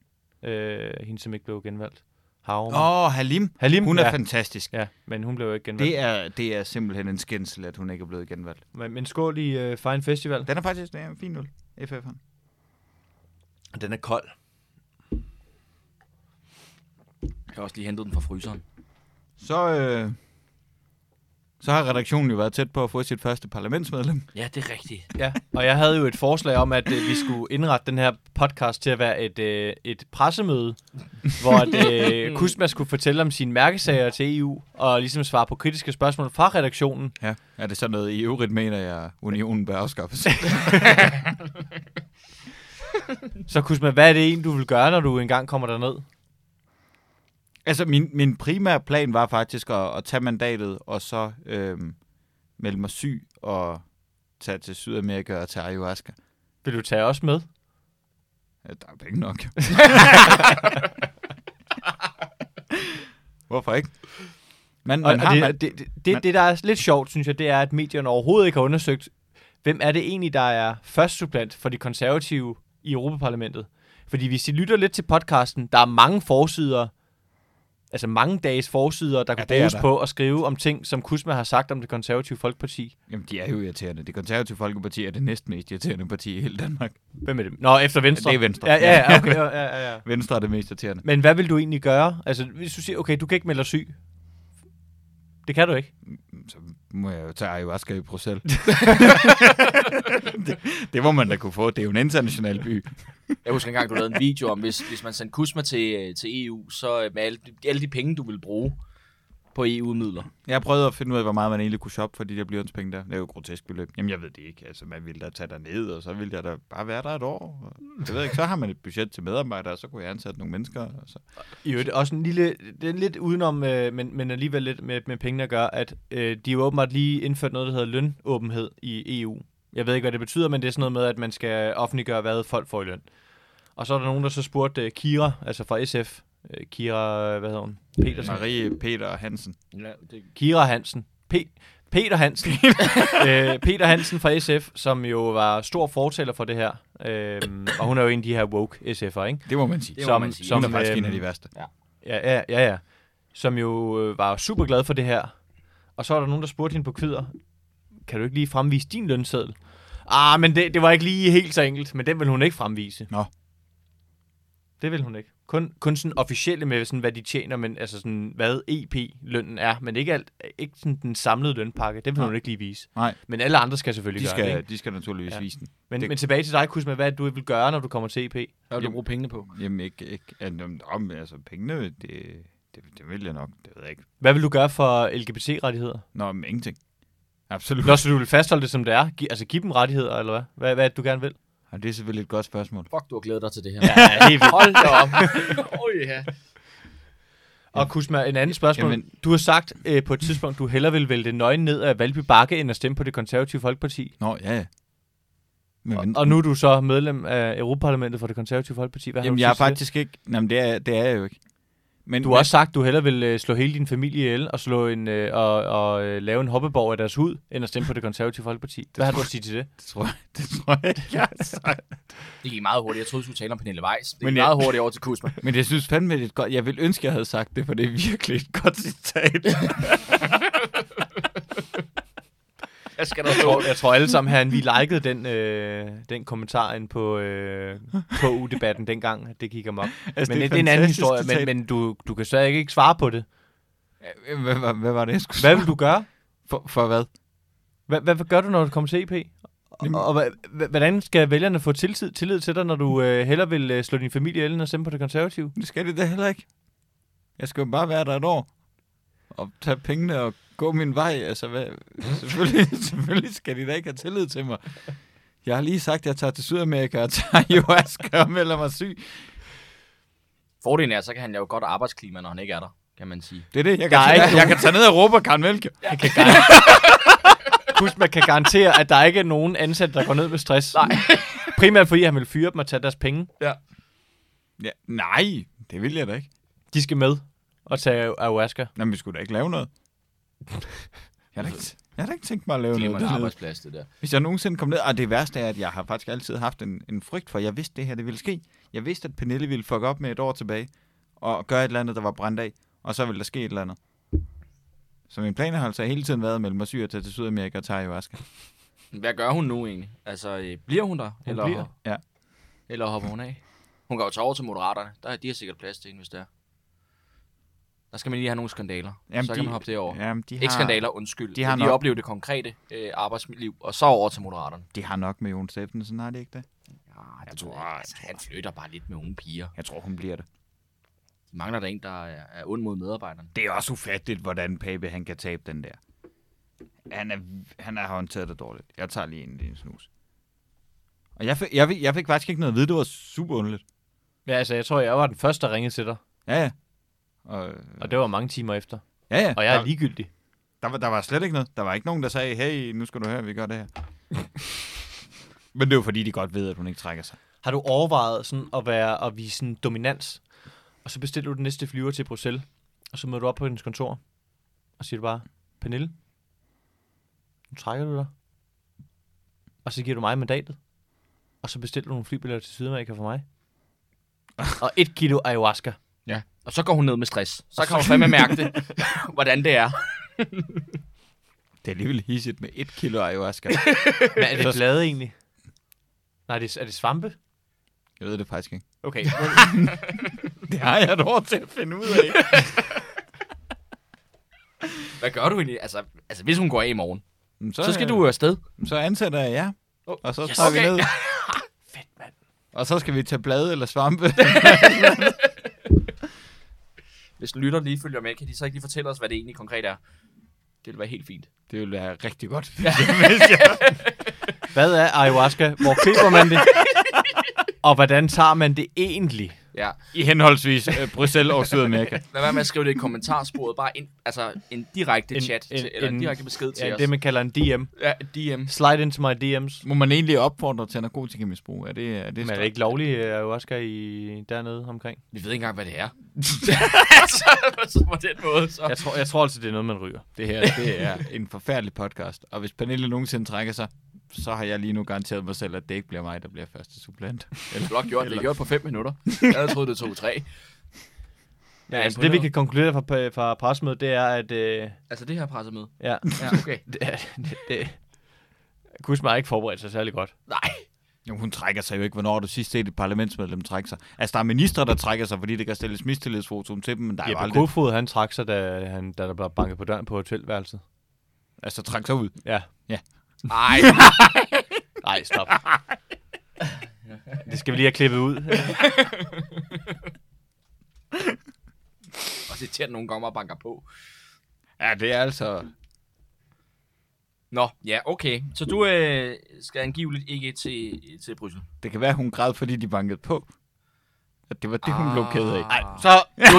D: Øh, hende, som ikke blev genvalgt. Havrum. Oh,
B: Åh, oh, Halim.
D: Halim,
B: Hun er
D: ja.
B: fantastisk.
D: ja, men hun blev jo ikke genvalgt.
B: Det er, det er simpelthen en skændsel, at hun ikke er blevet genvalgt.
D: Det... Men, men skål i øh, Fine Festival.
B: Den er faktisk den er en fin nul, FF'en.
D: Den er kold.
C: Jeg har også lige hentet den fra fryseren.
B: Så, øh, så har redaktionen jo været tæt på at få sit første parlamentsmedlem.
C: Ja, det er rigtigt.
D: Ja, og jeg havde jo et forslag om, at øh, vi skulle indrette den her podcast til at være et, øh, et pressemøde, hvor at, øh, Kusma skulle fortælle om sine mærkesager til EU, og ligesom svare på kritiske spørgsmål fra redaktionen.
B: Ja. Er det sådan noget, i øvrigt mener jeg, unionen bør afskaffes?
D: Så Kusma, hvad er det en, du vil gøre, når du engang kommer derned?
B: altså, min, min primære plan var faktisk at, at tage mandatet, og så øhm, melde mig syg og tage til Sydamerika og tage ayahuasca.
D: Vil du tage os med?
B: Ja, der er penge nok. Hvorfor ikke? Man,
D: Og,
B: man
D: og
B: har, man,
D: det, det, det, det,
B: man-
D: det, der er lidt sjovt, synes jeg, det er, at medierne overhovedet ikke har undersøgt, hvem er det egentlig, der er først supplant for de konservative i Europaparlamentet. Fordi hvis I lytter lidt til podcasten, der er mange forsider, altså mange dages forsider, der kunne
B: det
D: ja,
B: er
D: bruges
B: der.
D: på at skrive om ting, som Kusma har sagt om det konservative folkeparti.
B: Jamen, de er jo irriterende. Det konservative Folkeparti er det næstmest irriterende parti i hele Danmark.
D: Hvem er det? Nå, efter Venstre.
B: Det er Venstre.
D: Ja, ja, ja, okay, ja, ja, ja.
B: Venstre er det mest irriterende.
D: Men hvad vil du egentlig gøre? Altså, hvis du siger, okay, du kan ikke melde dig syg. Det kan du ikke.
B: Så må jeg jo tage ayahuasca i Bruxelles. det, det må man da kunne få. Det er jo en international by.
C: Jeg husker engang, du lavede en video om, hvis, hvis man sendte Kusma til, øh, til EU, så øh, med alle, de- alle de penge, du ville bruge på E EU-midler.
B: Jeg har prøvet at finde ud af, hvor meget man egentlig kunne shoppe for de der blyantspenge der. Det er jo et grotesk beløb. Jamen, jeg ved det ikke. Altså, man ville da tage derned, og så ville jeg da bare være der et år. Og, jeg ved ikke, så har man et budget til medarbejdere, og så kunne jeg ansætte nogle mennesker. Altså, Og så.
D: I øvrigt også en lille, det er lidt udenom, øh, men, men alligevel lidt med, med pengene at gøre, at øh, de har åbenbart lige indført noget, der hedder lønåbenhed i EU. Jeg ved ikke, hvad det betyder, men det er sådan noget med, at man skal offentliggøre, hvad folk får i løn. Og så er der nogen, der så spurgte øh, Kira, altså fra SF, øh, Kira, hvad hedder hun? Petersen.
B: Marie, Peter og Hansen.
C: Ja, det...
D: Kira Hansen. P- Peter Hansen. øh, Peter Hansen fra SF, som jo var stor fortaler for det her. Øh, og hun er jo en af de her woke SF'er, ikke?
B: Det må man sige.
C: Det må
B: Som,
C: man sige.
B: som,
D: Som,
B: hun er faktisk
D: øhm,
B: en af de værste.
D: Ja, ja, ja, ja. Som jo øh, var super glad for det her. Og så er der nogen, der spurgte hende på kvider, kan du ikke lige fremvise din lønseddel? Ah, men det, det var ikke lige helt så enkelt, men den vil hun ikke fremvise.
B: Nå.
D: Det vil hun ikke. Kun, kun sådan officielle med, sådan, hvad de tjener, men altså sådan, hvad EP-lønnen er, men ikke, alt, ikke sådan den samlede lønpakke. Den vil hun ikke lige vise.
B: Nej.
D: Men alle andre skal
B: De
D: selvfølgelig gøre det. Ikke?
B: skal, de skal naturligvis
D: Ja.
B: vise den.
D: Men,
B: det-
D: det... men tilbage til dig, Kusma, hvad er det, du vil gøre, når du kommer til E EP?
C: Hvad vil du bruge pengene på?
B: Jamen, ikke, ikke, jamen, om, altså, pengene, det, det, det vil jeg nok. Det ved jeg ikke.
D: Hvad vil du gøre for LGBT-rettigheder?
B: Nå, men ingenting. Absolut.
D: Nå, så du vil fastholde det, som det er? Gi- altså, give dem rettigheder, eller hvad? Hvad, hvad er det, du gerne vil?
B: Og det er selvfølgelig et godt spørgsmål.
C: Fuck, du har glædet dig til det her.
D: Ja, helt
C: Hold da op. oh, yeah.
D: Og Kusma, en anden spørgsmål.
B: Jamen-
D: Jamen. Du har sagt øh, på et tidspunkt, du hellere vil vælte nøgen ned af Valby Bakke, end at stemme på det konservative Folkeparti.
B: Nå, ja, ja. Men,
D: Og, og nu er du så medlem af Europaparlamentet for det konservative Folkeparti. Hvad har
B: jamen,
D: du
B: jeg er
D: at sige til
B: faktisk ikke... Jamen, det er, det er jeg jo ikke. Men,
D: det? Du har også sagt, du hellere vil øh, slå hele din familie ihjel og, slå en, øh, og, og øh, lave en hoppeborg af deres hud, end at stemme på det konservative Folkeparti. Hvad har du at sige til det?
B: Det tror jeg, det tror jeg ikke, jeg har sagt.
C: Det gik meget hurtigt. Jeg troede, du skulle tale om Pernille Weiss. Det gik
B: Men
C: Men
B: jeg-
C: meget hurtigt over til Kusma.
B: Men jeg synes fandme, det er et godt... Jeg vil ønske, jeg havde sagt det, for det er virkelig et godt citat.
C: Jeg skal da
D: Jeg tror, jeg tror alle sammen herinde, vi likede den, øh, den kommentar ind på øh, KU-debatten dengang, at det gik amok.
B: Altså,
D: Altså, men
B: det er
D: det, det er en anden
B: fantastisk
D: historie,
B: citat.
D: men, men du, du kan stadig ikke svare på det.
B: hvad, hvad, hvad var det, jeg skulle
D: Hvad vil du gøre?
B: For, for hvad?
D: Hvad, hvad, hvad gør du, når du kommer til EP? Og, og hva- hva- hvordan skal vælgerne få tillid, tillid til dig, når du øh, hellere vil øh, slå din familie ihjel, end at stemme på det konservative?
B: Det skal det da heller ikke. Jeg skal jo bare være der et år. Og tage pengene og gå min vej. Altså, hvad? Selvfølgelig, selvfølgelig skal de da ikke have tillid til mig. Jeg har lige sagt, at jeg tager til Sydamerika og tager ayahuasca og melder mig syg.
C: Fordelen er, så kan han lave godt arbejdsklima, når han ikke er der, kan man sige.
B: Det er det, jeg kan,
D: Der er
B: tage,
D: ikke
B: jeg, jeg kan tage ned og råbe og Karen Mælke.
D: Husk, man kan garantere, at der ikke er nogen ansat, der går ned med stress.
C: Nej.
D: Primært fordi han vil fyre dem og tage deres penge.
B: Ja, nej, det vil jeg da ikke.
D: De skal med og tage ayahuasca.
B: Nå, men vi skulle da ikke lave noget. Jeg har da ikke, jeg har da ikke tænkt mig at lave
C: Glemmer
B: noget.
C: en
B: dernede.
C: arbejdsplads, det der.
B: Hvis jeg nogensinde kom ned, og det værste er, at jeg har faktisk altid haft en, en frygt for, jeg vidste det her, det ville ske. Jeg vidste, at Pernille ville fuck op med et år tilbage, og gøre et eller andet, der var brændt af, og så ville der ske et eller andet. Så min plan har altså hele tiden været at melde mig syg og tage til Sydamerika og tage ayahuasca.
C: Hvad gør hun nu egentlig? Altså, øh, bliver hun der? eller,
D: bliver.
B: Ja.
C: eller hopper hun af? Hun går jo tage over til Moderaterne. Der, de har sikkert plads til hende, hvis det er. Der skal man lige have nogle skandaler. Jamen, så kan man hoppe derover. Ja,
B: Jamen, de
C: de
B: har,
C: ikke skandaler, undskyld.
B: de
C: De
B: har
C: har
B: nok-
C: lige oplevet det konkrete øh, arbejdsliv, og så over til Moderaterne.
B: De har nok med Jon Steffensen, har de ikke det?
C: Ja,
B: Jeg tror-
C: altså, han flytter bare lidt med unge piger.
B: Jeg tror, hun bliver det.
C: De mangler der en, der er, er ond mod medarbejderne.
B: Det er også ufatteligt, hvordan Pape han kan tabe den der. Han er, han er håndteret det dårligt. Jeg tager lige en, en snus. Og jeg fik, jeg, fik, jeg fik faktisk ikke noget at vide. Det var super underligt.
D: Ja, altså, jeg tror, jeg var den første, der ringede til dig.
B: Ja, ja. Og,
D: Og det var mange timer efter.
B: ja, ja.
D: Og jeg er
B: der,
D: ligegyldig.
B: der, var, der var slet ikke noget. Der var ikke nogen, der sagde, hey, nu skal du høre, vi gør det her. Men det er jo fordi, de godt ved, at hun ikke trækker sig.
D: har du overvejet sådan at, være, at vise sådan dominans? Og så bestiller du den næste flyver til Bruxelles, og så møder du op på hendes kontor, og siger du bare, Pernille, nu trækker du dig. Og så giver du mig mandatet. Og så bestiller du nogle flybilletter til Sydamerika for mig. og et kilo ayahuasca.
C: Og så går hun ned med stress. Så kan hun fandme mærke det, hvordan det er.
B: Det er alligevel hisigt med et kilo ayahuasca.
D: Men er
B: Så-
D: det blade egentlig? Nej, det er, er det svampe?
B: Jeg ved det faktisk ikke.
D: Okay.
B: Det har jeg et år til at finde ud af.
C: Hvad gør du egentlig? Altså, altså hvis hun går af i morgen,
B: Men så, øh,
C: så, så skal du afsted.
B: Så ansætter jeg jer.
D: Åh,
B: Og så
C: yes.
B: tager vi
C: Okay.
B: ned.
D: Fedt, mand.
B: Og så skal vi tage blade eller svampe.
C: Hvis lytter lige følger med, kan de så ikke lige fortælle os, hvad det egentlig konkret er? Det ville være helt fint.
B: Det ville være rigtig godt.
D: Hvad er ayahuasca? Hvor køber man det? og hvordan tager man det egentlig?
C: Ja.
B: I henholdsvis øh, Bruxelles og Sydamerika.
C: Lad være med at skrive det i kommentarsporet. Bare en, altså, en direkte en, chat, en, til, eller en, en direkte besked til
D: ja,
C: os.
D: det man kalder en DM.
C: Ja, DM.
D: Slide into my DM's.
B: Må man egentlig opfordre til narkotikamisbrug? Er det, er det,
D: Men er det ikke lovligt øh, ayahuasca i, dernede omkring?
C: Vi ved ikke engang, hvad det er. så, så på den måde, så...
D: Jeg tror, jeg tror altså, det er noget, man ryger.
B: Det her det er en forfærdelig podcast. Og hvis Pernille nogensinde trækker sig, så har jeg lige nu garanteret mig selv, at det ikke bliver mig, der bliver første supplant. Eller,
C: Blok gjort, det er gjort på 5 minutter. Jeg havde troet, det tog 3.
D: Ja, altså, det vi kan konkludere fra, øh, fra pressemødet, det er, at... Øh,
C: Altså det her presser med.
D: ja,
C: Ja, okay.
D: det, det, det, Kusma har ikke forberedt sig særlig godt.
C: Nej.
B: jo, hun trækker sig jo ikke, hvornår har du sidst set et parlamentsmedlem trække sig. Altså, der er ministre, der trækker sig, fordi det kan stilles mistillidsvotum til dem, men der er jo
D: Jeppe
B: aldrig...
D: Kofod, han trak sig, da, han, da der blev banket på døren på hotelværelset.
B: Altså, træk sig ud.
D: Ja.
C: Nej.
D: Nej, stop. det skal vi lige have klippet ud.
C: Og det tæt nogle gange og banker på.
B: Ja, det er altså...
C: Nå, ja, okay. Så du øh, skal angiveligt ikke til, til Bryssel.
B: Det kan være, hun græd, fordi de bankede på. At det var det, hun ah. blev ked af.
C: Ej,
D: Så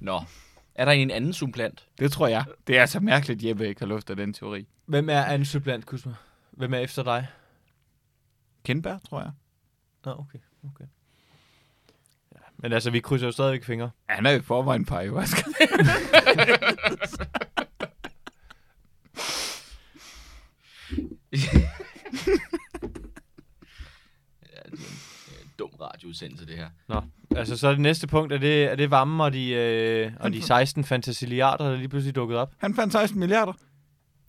C: Nå. Er der en anden supplant?
B: Det tror jeg. Det er så mærkeligt, at Jeppe ikke har luftet den teori.
D: Hvem er anden supplant, Kusma? Hvem er efter dig?
B: Kindberg, tror jeg.
D: Nå, okay. okay. Ja, men altså, vi krydser jo stadigvæk fingre.
B: Han er jo i forvejen på ayahuasca.
C: Ja, det er en, en dum radioudsendelse, det her.
D: Nå. Altså, så er det næste punkt, er det, er det varmen og de, øh, og de 16 fantasiliarder, der lige pludselig dukkede op?
B: Han fandt 16 milliarder.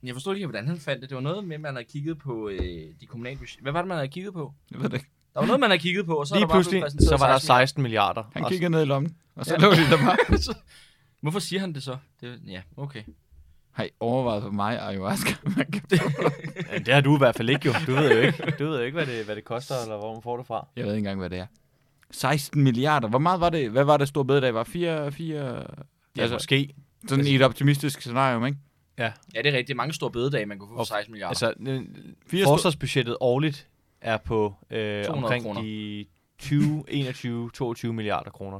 C: Jeg forstod ikke, hvordan han fandt det. Det var noget med, man havde kigget på øh, de kommunale budget. Hvad var det, man havde kigget på?
B: Jeg ved det ikke.
C: Der var noget, man havde kigget på, og så er
D: lige
C: der bare blevet
D: pludselig,
C: præsenteret
D: så var der
C: 16 milliarder.
D: 16 milliarder.
B: Han
D: Og-
B: kiggede ned i lommen, og så ja. lå det der bare.
C: Hvorfor siger han det så? Det, ja, okay.
B: Har I overvejet for mig ayahuasca? Man kan...
D: Ja, det har du i hvert fald ikke, jo. Du ved jo ikke, du ved jo ikke hvad, det, hvad det koster, eller hvor man får det fra.
B: Jeg ved ikke engang, hvad det er. 16 milliarder. Hvor meget var det? Hvad var det store bededag? Var 4... 4...
D: Ja, altså, måske.
B: Sådan i et optimistisk scenarie, ikke?
C: Ja, det er rigtigt. Det er mange store bededage, man kunne få for
D: Og-
C: 16 milliarder. Altså,
D: Altså,
B: Fire
D: øh, forsvarsbudgettet årligt er på øh,
C: 200
D: omkring
C: kroner.
D: de 20, 21, 22 milliarder kroner.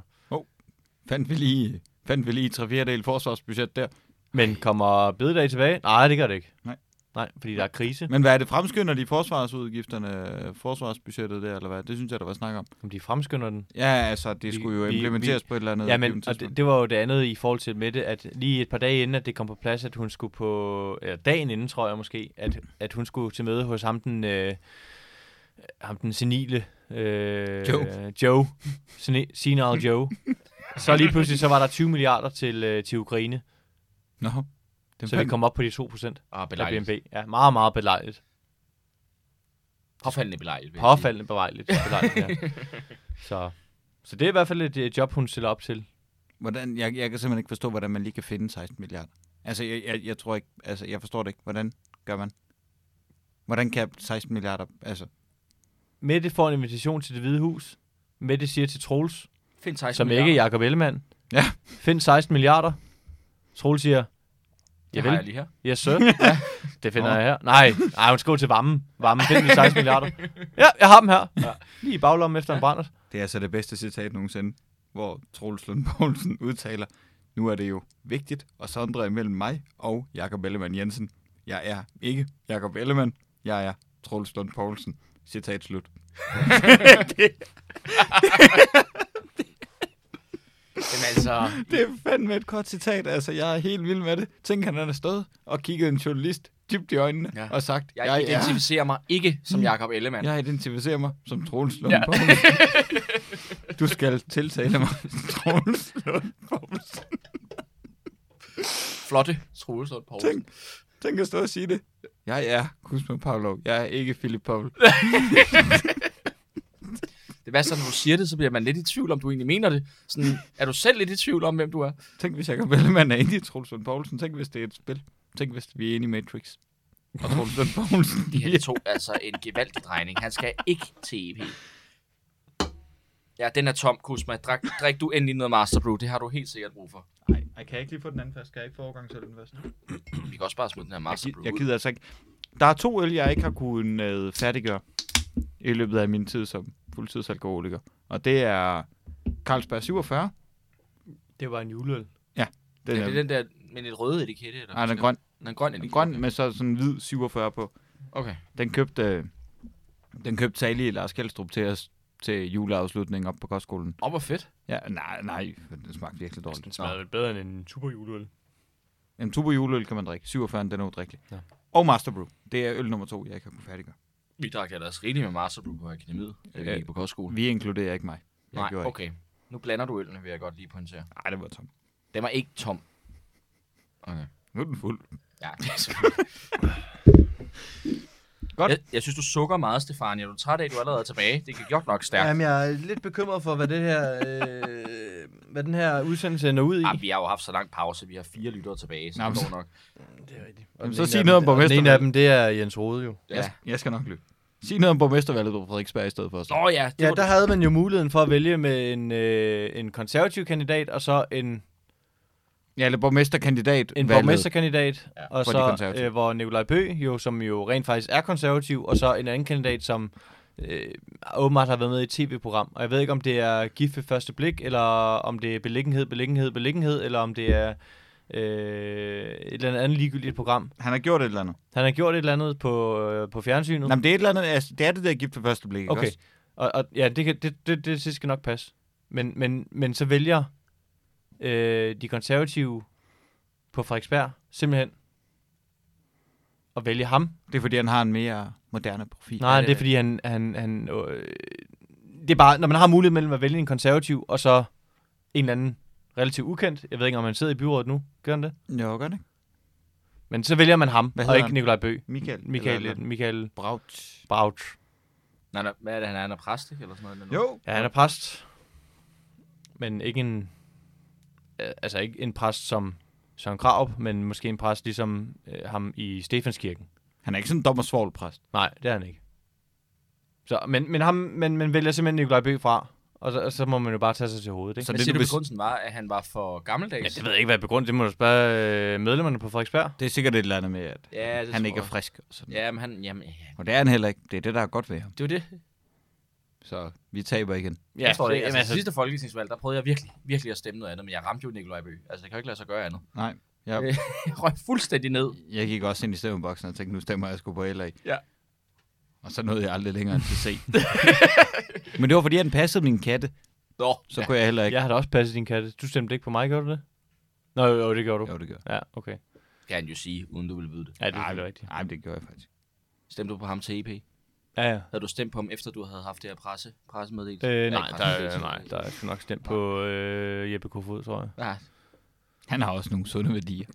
B: Fandt vi lige, fandt vi lige tre fjerdedel forsvarsbudget der.
D: Men kommer bededag tilbage? Nej, det gør det ikke.
B: Nej.
D: Nej, fordi der er krise.
B: Men hvad er det? Fremskynder de forsvarsudgifterne, forsvarsbudgettet der, eller hvad? Det synes jeg, der var snak om.
D: Om de fremskynder den.
B: Ja, altså, det
D: Vi-
B: skulle jo
D: vi- vi-
B: implementeres på et eller andet.
D: Ja, men
B: givent
D: og
B: tidspunkt.
D: det, det var jo det andet i forhold til Mette, at lige et par dage inden, at det kom på plads, at hun skulle på, eller dagen inden, tror jeg måske, at, at hun skulle til møde hos ham den, øh, ham den senile øh,
B: Joe.
D: Joe. Sene, senile Joe. så lige pludselig, så var der 20 milliarder til, øh, til Ukraine,
B: Nå. Den
D: så vi kom op på de 2 procent
C: ah,
D: af
C: belejligt.
D: BNP. Ja, meget, meget belejligt.
C: Påfaldende belejligt. vil jeg sige.
D: Påfaldende belejligt. belejligt ja. så, så det er i hvert fald et øh, job, hun stiller op til.
B: Hvordan, jeg, jeg kan simpelthen ikke forstå, hvordan man lige kan finde 16 milliarder. Altså, jeg, jeg, jeg tror ikke, altså, jeg forstår det ikke. Hvordan gør man? Hvordan kan 16 milliarder, altså...
D: Mette får en invitation til det hvide hus. Mette siger til Troels,
C: Find 16
D: som
C: milliarder.
D: ikke er Jacob Ellemann.
B: Ja.
D: Find 16 milliarder. Troels siger,
C: Det har jeg lige her.
D: yes sir. ja, det finder
B: Nå.
D: jeg her. Nej, nej, hun skal gå til varmen. Varmen, find de 16 milliarder. Ja, jeg har dem her. Ja. Lige i baglommen efter en brændert.
B: Det er altså det bedste citat nogensinde, hvor Troels Lund Poulsen udtaler, nu er det jo vigtigt at sondre imellem mig og Jakob Ellemann Jensen. Jeg er ikke Jakob Ellemann. Jeg er Troels Lund Poulsen. Citat slut.
C: Jamen altså,
B: Det er fandme et godt citat. Altså, jeg er helt vild med det. Tænk, han er stået og kigget en journalist dybt i øjnene
C: Ja.
B: ja. og sagt, jeg,
C: jeg
B: jeg, er,
C: identificerer mig ikke som
D: Mm.
C: Jakob Ellemann.
B: jeg identificerer mig som Troels Lund ja. Poulsen. Du skal tiltale mig som Troels Lund Poulsen.
C: Flotte Troels Lund Poulsen.
B: Tænk, tænk at stå og sige det. Jeg er Kusma Pavlov. Jeg er ikke Philip Paul.
C: Det er værste, er, når du siger det, så bliver man lidt i tvivl, om du egentlig mener det. Sådan, er du selv lidt i tvivl om, hvem du er?
B: Tænk, hvis Jacob Ellemann er inde i Troels Lund Poulsen. Tænk, hvis det er et spil. Tænk, hvis vi er inde i Matrix. Og Troels Lund Poulsen.
C: Det her tog altså en gevaldig drejning. Han skal ikke til EP. Ja, den er tom, Kusma. Drik, drik du endelig noget Master Brew. Det har du helt sikkert brug for.
D: Nej, jeg kan ikke lige få den anden først. Kan jeg ikke få overgang til den først?
C: Vi kan også bare smide den her Master Brew
B: Jeg
C: ud.
B: gider altså ikke. Der er to øl, jeg ikke har kunnet øh, færdiggøre i løbet af min tid som fuldtidsalkoholiker. Og det er Carlsberg 47.
D: Det var en juleøl.
B: Den
C: Ja,
B: er,
C: det er den der med lidt røde etikette. Eller
B: nej, den er grøn.
C: Den er grøn
B: Den er
C: etikette.
B: grøn med så sådan en hvid 47 på.
C: Okay.
B: Den købte, øh, den købte Sally Lars Kjeldstrup til os til juleafslutningen op på kostskolen.
C: Åh, hvor fedt.
B: Ja, nej, nej, den smagte virkelig dårligt.
D: Altså, Den smager vel bedre end en super juleøl.
B: En tubo juleøl kan man drikke. 47, den er udrikkelig.
D: Ja.
B: Ja. Og Master Brew. Det er øl nummer to, jeg ikke har kunnet færdiggøre.
C: Vi drak ellers altså rigeligt med Master Brew på akademiet. da Vi
B: Ja.
C: gik på kostskole.
B: Vi inkluderer ikke mig. Jeg
C: Nej,
B: gjorde
C: okay. Nu blander du ølene, vil jeg godt lige pointere.
B: ikke. Ej, det var tomt.
C: Den var ikke tom. Okay.
B: Nu er den fuld.
C: Ja, det er selvfølgelig-
B: Godt.
C: Jeg, jeg synes, du sukker meget, Stefania. Er du træt af, at du allerede er tilbage? Det gik godt nok stærkt. Jamen,
D: jeg er lidt bekymret for, hvad, det her, øh, hvad den her udsendelse ender ud i.
C: Jamen, Ah, vi har jo haft så lang pause. Vi har fire lyttere tilbage, så
B: Nå,
C: det
B: men-
C: går nok.
D: det er rigtigt.
B: Jamen, så sig noget om borgmester-
D: En af dem, det er Jens Rode jo.
B: Ja. Jeg, skal- jeg skal nok lytte. Sig noget om borgmestervalget på Frederiksberg i stedet for os.
C: Nå ja, det
D: Ja,
C: var
D: der
C: det.
D: havde man jo muligheden for at vælge med en, øh, en konservativ kandidat, og så en,
B: Ja, eller borgmesterkandidat.
D: en borgmesterkandidat, ja, og
B: for de
D: så
B: konservative.
D: øh, hvor Nikolaj Bø, jo, som jo rent faktisk er konservativ, og så en anden kandidat, som øh, åbenbart har været med i et tv-program. Og jeg ved ikke, om det er gift ved første blik, eller om det er beliggenhed, beliggenhed, beliggenhed, eller om det er øh, et eller andet ligegyldigt program.
B: Han har gjort et eller andet.
D: Han har gjort et eller andet på, øh, på fjernsynet.
B: Nå, men det er et eller andet. Altså, det er det der gift på første blik, ikke
D: Okay.
B: også?
D: Og, og ja, det, kan, det, det, det, det skal nok passe. Men, men, men så vælger øh, de konservative på Frederiksberg simpelthen at vælge ham.
B: Det er fordi, han har en mere moderne profil.
D: Nej, det er
C: det-
D: fordi, han... han, han øh, det er bare, når man har mulighed mellem at vælge en konservativ og så en eller anden relativt ukendt. Jeg ved ikke, om han sidder i byrådet nu. Gør han det?
B: Jo, gør det. ikke?
D: Men så vælger man ham,
B: Hvad
D: og
B: hedder
D: ikke
B: han?
D: Nikolaj Bø.
B: Michael.
D: Michael,
B: eller-
D: Michael
B: Braut.
D: Braut.
C: Nej, nej, hvad er det, han er? Han er præst, ikke? Eller sådan noget. eller noget?
B: Jo.
D: Ja, han er præst. Men ikke en... øh, Altså ikke en præst som Søren Kraup, men måske en præst ligesom øh, ham i Stefanskirken.
B: Han er ikke sådan en dommersvoglpræst.
D: Nej, det er han ikke. Så, men, men, ham, men, men vælger simpelthen Nikolaj Bø fra, og så, og så må man jo bare tage sig til hovedet, ikke?
B: Så
C: Hvad
B: det,
C: siger
B: du
C: du,
B: vil-
C: begrundelsen var, at han var for
D: Ja,
C: gammeldags?
D: det ved jeg ikke, hvad begrundet. Det må du spørge øh, medlemmerne på Frederiksberg.
B: Det er sikkert et eller andet med, at
C: Ja, det
B: han
C: tror
B: ikke er
C: jeg.
B: frisk. Og, sådan.
C: Ja, men han... Jamen, ja.
B: og det er han heller ikke. Det er det, der er godt ved ham.
C: Det var det.
B: Så vi taber igen.
D: Ja,
C: jeg tror det.
D: det-
C: ikke. Altså,
D: jamen, altså-
C: sidste folketingsvalg, der prøvede jeg virkelig, virkelig at stemme noget andet, men jeg ramte jo Nikolaj Bø. Altså, det kan jo ikke lade sig gøre andet.
B: Nej.
C: Øh.
B: Jeg,
C: Jeg røg fuldstændig ned.
B: jeg gik også ind i stemmeboksen og tænkte, nu stemmer jeg sgu på LA.
C: Ja.
B: Og så nåede jeg aldrig længere end til C. Men det var, fordi han passede min katte.
C: Nå,
B: Så ja. kunne jeg heller ikke.
D: altså, Jeg har da også passet din katte. Du stemte ikke på mig, gjorde du det? Nå, jo, jo det gjorde du.
B: Jo, det gør jeg.
D: Ja, okay.
C: kan han jo sige, uden du vil vide det.
D: Ja, det er
B: Ej,
D: selvfølgelig rigtigt.
B: Nej, men det gjorde jeg faktisk.
C: Stemte du på ham til E EP?
D: Ja, ja.
C: Havde du stemt på ham, efter du havde haft det her presse, pressemeddelelse?
D: Øh, nej,
C: ikke
D: der, er-
C: pressemeddelelse.
D: nej, der er sgu nok stemt på øh, Jeppe Kofod, tror jeg.
C: Nej.
B: Han har også nogle sunde værdier.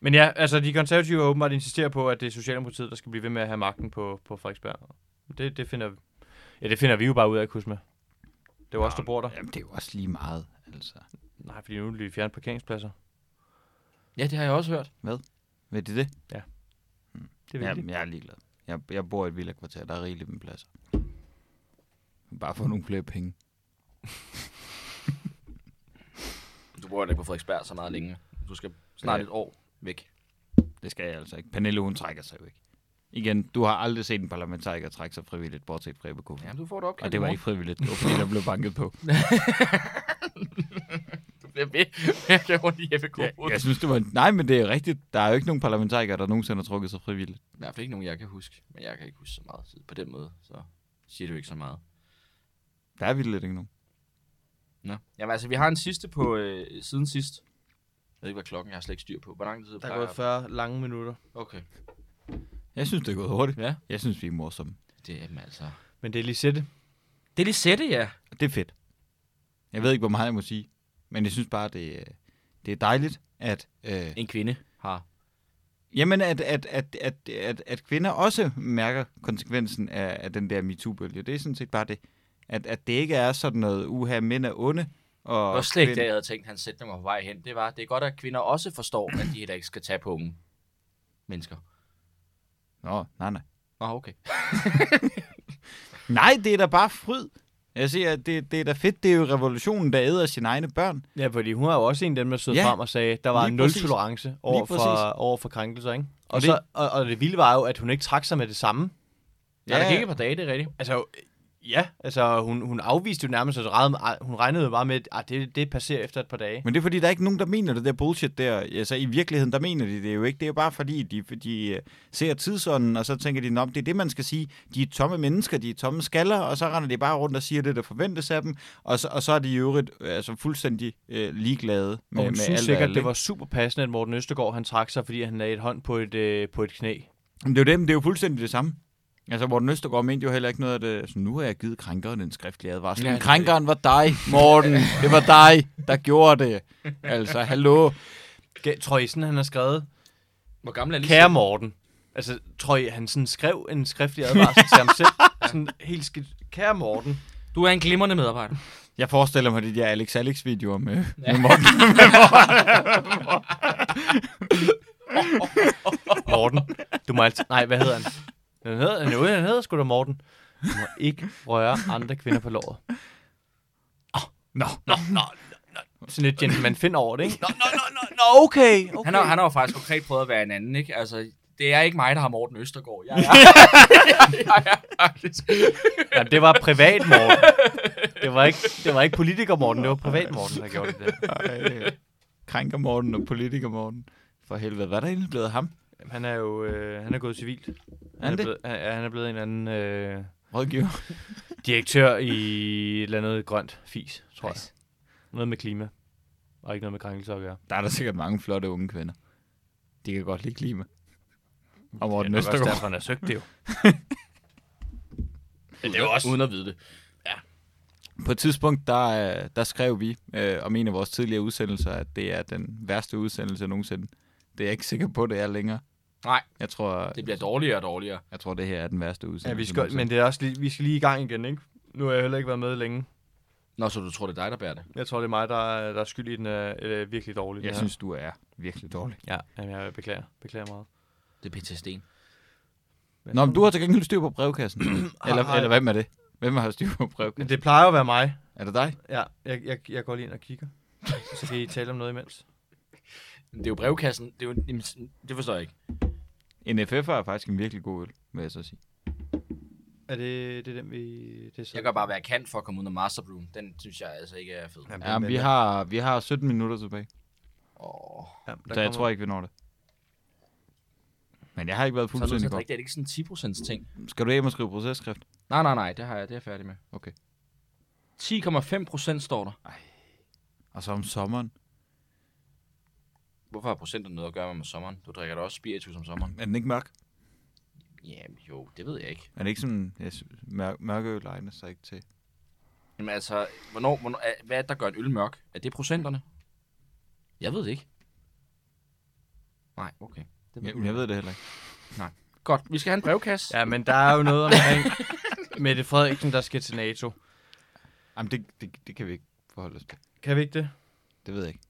D: Men ja, altså de konservative har åbenbart insisterer på, at det er Socialdemokratiet, der skal blive ved med at have magten på, på Frederiksberg. Det, det, finder, ja, det finder vi jo bare ud af, Kusma. Det var også der bor der.
B: Jamen, det er jo også lige meget, altså.
D: Nej, fordi nu bliver fjernet parkeringspladser.
C: Ja, det har jeg også hørt.
B: Ved det det?
D: Det er
B: Jamen,
D: vigtigt.
B: jeg er ligeglad. Jeg, jeg bor i et villakvarter, der er rigeligt med pladser. Bare få nogle flere penge.
C: Du bor jo ikke på Frederiksberg så meget længe. Du skal snart
B: Ja.
C: et år væk.
B: Det skal jeg altså ikke. Pernille, hun trækker sig jo ikke. Igen, du har aldrig set en parlamentariker trække sig frivilligt, bortset fra Ebbe Kofod.
C: Jamen, du får det opkald
B: Og det var
C: i
B: ikke frivilligt, det var fordi, der blev banket på.
C: bliver ved med at gøre rundt i FK.
B: Ja, jeg synes, det var... Nej, men det er rigtigt. Der er jo ikke nogen parlamentarikere, der nogensinde har trukket sig frivilligt.
C: I hvert fald ikke nogen, jeg kan huske. Men jeg kan ikke huske så meget. Så på den måde, så siger du ikke så meget.
B: Der er vildt lidt ikke nogen.
C: Nå. Jamen altså, vi har en sidste på øh, siden sidst. Jeg ved ikke, hvad klokken er. Jeg har slet ikke styr på. Hvor lang tid
D: Der
C: plejer
D: er gået
C: jeg-
D: 40 lange minutter.
C: Okay.
B: Jeg synes, det er gået hurtigt.
C: Ja.
B: Jeg synes, vi er morsomme.
C: Det er jamen, altså...
D: Men det er Lisette.
C: Det er Lisette, ja.
B: Og det er fedt. Jeg ved ikke, hvor meget jeg må sige. Men jeg synes bare, det, er- det er dejligt, at... Øh,
C: En kvinde har...
B: Jamen, at, at, at, at, at, at kvinder også mærker konsekvensen af, af den der MeToo-bølge. Det er sådan set bare det. At, at det ikke er sådan noget, uha, mænd er onde. Og
C: Det var slet ikke
B: kvinder-
C: det, jeg havde tænkt, hans sætning var på vej hen. Det var, det er godt, at kvinder også forstår, at de heller ikke skal tage på unge mennesker.
B: Nå, nej, nej.
C: Nå, okay.
B: Nej, det er da bare fryd. Jeg siger, det, det er da fedt. Det er jo revolutionen, der æder sine egne børn.
D: Ja, fordi hun var jo også en af dem, der stod
B: Ja,
D: ja. frem og sagde, der var
B: lige
D: nul
B: præcis.
D: tolerance over for,
B: præcis.
D: over for krænkelser, ikke? Og,
B: Og
D: og,
B: det-
D: så, og, og det vilde var jo, at hun ikke trak sig med det samme.
C: Ja, der gik et par dage, det er rigtigt.
D: Altså, ja, altså hun, hun afviste jo nærmest, at hun regnede jo bare med, at ah, det, det passerer efter et par dage.
B: Men det er fordi, der er ikke nogen, der mener det der bullshit der. Altså i virkeligheden, der mener de det jo ikke. Det er jo bare fordi, de, de øh, ser tidsånden, og så tænker de, om det er det, man skal sige. De er tomme mennesker, de er tomme skaller, og så render de bare rundt og siger det, der forventes af dem. Og så, og så er de i øvrigt øh, altså, fuldstændig øh, ligeglade med,
D: Og hun
B: med
D: synes
B: alt og
D: sikkert,
B: alle,
D: det
B: ikke?
D: var super passende, at Morten Østergaard han trak sig, fordi han lagde et hånd på et, øh, på et knæ.
B: Men det er jo, det, det er jo fuldstændig det samme. Altså, Morten Østergaard mente jo heller ikke noget af det. Altså, nu har jeg givet krænkeren en skriftlig advarsel.
C: Ja,
B: Ja,
C: det-
B: krænkeren var dig, Morten. Det var dig, der gjorde det. Altså, hallo.
D: Ge- Tror I sådan, han har skrevet,
C: Hvor gammel er Lisette?
D: kære Morten? Altså, tror I, han sådan skrev en skriftlig advarsel til ham selv? Sådan helt skidt, kære Morten.
C: Du er en glimrende medarbejder.
B: Jeg forestiller mig de der Alex Alex-videoer med, ja. med
D: Morten. Du må altid... Nej, hvad hedder han? Han hedder, han, hedder, han hedder sgu da Morten. Du må ikke røre andre kvinder på låret.
B: Ah, Nå,
D: Nå, nå, nå. Sådan lidt gentleman find over det, ikke? Nå, nå, nå, nå, nå okay. okay.
C: Han har, han har jo faktisk konkret prøvet at være en anden, ikke? Altså, det er ikke mig, der har Morten Østergaard. Jeg er, jeg er faktisk...
D: Jamen, det var privat Morten. Det var ikke, det var ikke politiker Morten, det var privat Morten, der gjorde det der.
B: Ej, øh, krænker Morten og politiker Morten. For helvede, hvad er der egentlig blevet af ham?
D: Jamen, Han er jo øh, han er gået civilt.
B: Er
D: Han er,
B: det?
D: blevet, han, ja, han er blevet en eller anden øh,
B: Rådgiver.
D: direktør i et eller andet grønt fis, tror jeg. Noget med klima. Og ikke noget med krænkelser at gøre.
B: Der er der sikkert mange flotte unge kvinder. De kan godt lide klima. Og
D: Det er
B: Morten
D: nok også
B: Østergaard.
D: derfor, han har søgt det jo.
C: Men det er jo også... Uden at vide det.
B: På et tidspunkt, der, øh, der skrev vi øh, om en af vores tidligere udsendelser, at det er den værste udsendelse nogensinde. Det er jeg ikke sikker på, det er længere.
C: Nej,
B: Jeg tror,
C: det bliver dårligere og dårligere.
B: jeg tror det her er den værste udsendelse.
D: Ja, vi skal,
B: nogensinde.
D: men det er også lige, vi skal lige i gang igen, ikke? Nu har jeg heller ikke været med længe.
C: Nå, så du tror, det er dig, der bærer det.
D: Jeg tror, det er mig, der, er- der er skyld i den øh, øh, virkelig dårlige.
B: Jeg
D: den
B: synes, du er virkelig dårlig.
D: her. Ja, jamen, jeg beklager, beklager meget.
C: Det er PTSD'en.
B: Nå, men du har til gengæld styr på brevkassen. eller,
D: Ej.
B: eller hvem er det? Hvem har styr på brevkassen?
D: Men det plejer jo at være mig.
B: Er det dig?
D: Ja, jeg, jeg, jeg går lige ind og kigger. Så kan I tale om noget imens.
C: Det er jo brevkassen. Det, er jo, jamen, det forstår jeg ikke.
B: En FF'er er faktisk en virkelig god øl, vil jeg så sige.
D: Er det, det er den, vi... Det er så-
C: Jeg gør bare, hvad jeg kan for at komme ud af Master Room. Den synes jeg altså ikke er fed.
D: Jamen,
B: Ja, men vi har, vi har 17 minutter tilbage,
C: Åh.
D: Ja,
B: så
D: der
B: jeg
D: kommer-
B: tror ikke, vi når det. Men jeg har ikke været
C: Så er du nødt til
B: fuldstændig
C: at
B: godt.
C: drikke det. Er det ikke sådan en 10% ting?
B: Skal du hjem og skrive processkrift?
C: Nej, nej, nej. Det har jeg. Det er jeg færdig med.
B: Okay.
C: 10,5% står der.
B: Og så om sommeren.
C: Hvorfor har procenten noget at gøre med, med sommeren? Du drikker da også spiritus om sommeren.
B: Er den ikke mørk?
C: Jamen jo, det ved jeg ikke.
B: Er det ikke sådan, ja, s- mør- mørke øl egner sig ikke til?
C: Jamen altså, hvornår, hvornår, er- hvad er det, der gør en øl mørk? Er det procenterne? Jeg ved det ikke. Nej, okay. Det ved
B: Jeg, jeg ved det heller ikke.
C: Godt, vi skal have en brevkasse. Ja.
D: Ja, men der er jo noget omkring Mette Frederiksen, der skal til NATO.
B: Jamen, det, det, det kan vi ikke forholde os til.
D: Kan vi ikke det?
B: Det ved jeg ikke.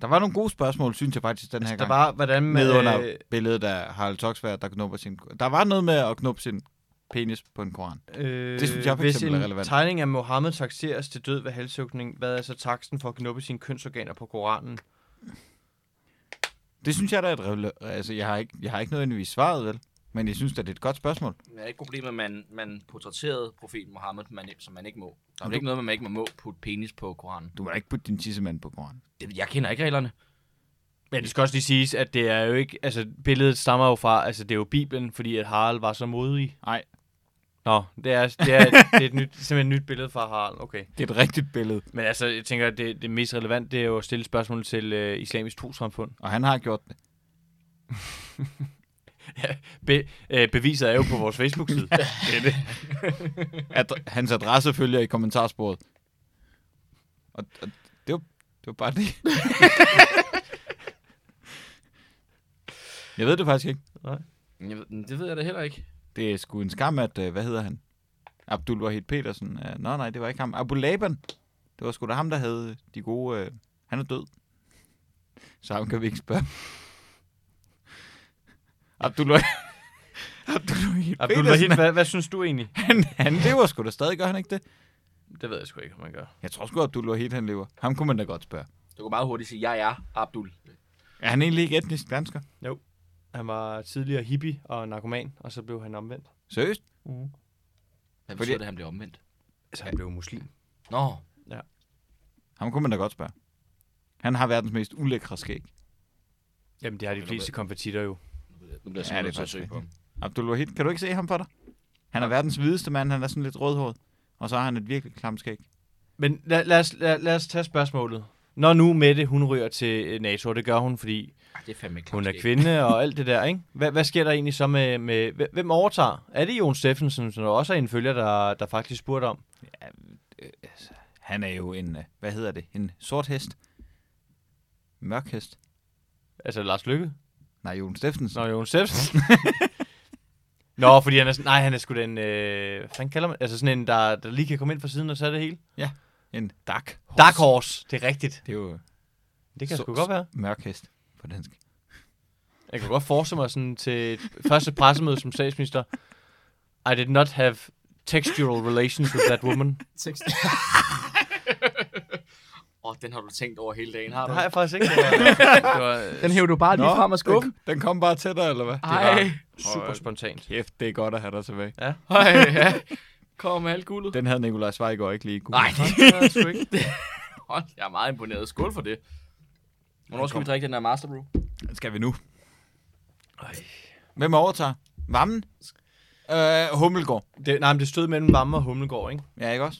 B: Der var nogle gode spørgsmål, synes jeg faktisk, den her
D: Der
B: gang.
D: var, hvordan...
B: Med under
D: øh,
B: billedet af Harald Toksvær, der knupper sin... Der var noget med at knuppe sin penis på en koran.
D: Øh,
B: Det synes jeg for
D: hvis
B: eksempel
D: en
B: er relevant.
D: tegning af Mohammed takseres til død ved halshugning, hvad er så taksten for at knuppe sine kønsorganer på Koranen?
B: Det synes jeg, der er et revle... Altså, jeg har ikke, jeg har ikke nødvendigvis svaret, vel? Men jeg synes, at det er et godt spørgsmål.
C: Men er det ikke problemet, at man, man portrætterede profeten Mohammed, man, som man ikke må? Der er vel ikke noget, med, at man ikke må, må putte penis på Koranen?
B: Du har ikke puttet din tissemand på koranen.
C: Det, jeg kender ikke reglerne.
D: Men det skal også lige siges, at det er jo ikke... Altså, billedet stammer jo fra... Altså, det er jo Bibelen, fordi at Harald var så modig.
B: Nej,
D: Nå, det er, det er, det er et nyt, simpelthen et nyt billede fra Harald. Okay.
B: det er et rigtigt billede.
D: Men altså, jeg tænker, at det, det mest relevante, det er jo at stille spørgsmål til øh, islamisk trosamfund.
B: Og han har gjort det.
D: Be, øh, beviset er jo på vores Facebook-side.
B: det, er det. Ad- hans adresse følger i kommentarsporet. Og, og det, var, det var bare det. jeg ved det faktisk ikke.
C: Jeg, ved- det ved jeg da heller ikke.
B: Det er sgu en skam, at... øh, Hvad hedder han? Abdul Wahid Petersen. Uh, Nå nej, det var ikke ham. Abu Laban. Det var sgu da ham, der havde de gode... øh, han er død. Så ham kan vi ikke spørge. Abdul Wahid... Abdul Wahid
D: Abdul
B: Petersen.
D: Wahid, hvad, hvad synes du egentlig?
B: Han, han lever sgu da stadig, gør han ikke det?
D: Det ved jeg sgu ikke, om man gør.
B: Jeg tror sgu, Abdul Wahid han lever. Ham kunne man da godt spørge.
C: Du kan meget hurtigt sige, jeg er Abdul.
B: Er han egentlig ikke etnisk dansker?
D: Han var tidligere hippie og narkoman, og så blev han omvendt.
B: Seriøst?
C: Hvad
B: Fordi-
C: betyder det, at han bliver omvendt?
D: Altså, han blev muslim.
C: Nå,
B: Ham kunne man da godt spørge. Han har verdens mest ulækre skæg.
D: Jamen, det har de fleste konvertitter jo.
C: nu bliver jeg
B: Ja, det er
C: simpelthen nødt til at
B: faktisk
C: søge på ham.
B: Abdul Wahid, kan du ikke se ham for dig? Han er verdens hvideste mand, han er sådan lidt rødhåret. Og så har han et virkelig klamt skæg.
D: Men lad, lad, os, lad, lad os tage spørgsmålet. Når nu Mette, hun ryger til øh, NATO, og det gør hun, fordi
C: Ej, det er fandme ikke
D: hun er
C: klart skæg.
D: kvinde og alt det der, ikke? Hvad, hvad sker der egentlig så med, med... hve- Hvem overtager? Er det Jon Steffensen, som der også er en følger, der, der faktisk spurgte om?
B: Han er jo en, øh, hvad hedder det, en sort hest. Mørk hest.
D: Altså Lars Lykke?
B: Nej, Jon Steffensen.
D: Nå, Jon Steffensen. Nå, fordi han er... sådan- Nej, han er sgu den... Øh, hvad fanden kalder man? Altså sådan en, der, der lige kan komme ind fra siden, og så er det hele.
B: En dark horse.
D: Dark Horse. Det er rigtigt.
B: Det er jo
D: Det kan
B: Så-
D: sgu godt være.
B: mørk hest på dansk.
D: Jeg kan godt forestille mig sådan til et første pressemøde som statsminister. I did not have textual relations with that woman.
C: tekst. Åh, den har du tænkt over hele dagen, har du?
D: Det har jeg faktisk ikke. Det var, det var
C: Den hæver du bare lige frem af skuffen.
B: Den, den kom bare tættere, eller hvad?
C: Ej,
D: super spontant.
B: Kæft, det er godt at have dig tilbage.
C: ej, ja. Kom med alt guldet.
B: Den havde Nikolaj Svejgaard ikke lige kunne.
C: Nej,
D: Det var sgu ikke.
C: hold, jeg er meget imponeret. Skål for det. Hvornår skal vi drikke den der Master Brew?
B: Skal vi nu? Hvem overtager? Vammen? Øh, Hummelgaard.
D: Det, nej, men det stod mellem Vamme og Hummelgård, ikke?
B: Ja, ikke også?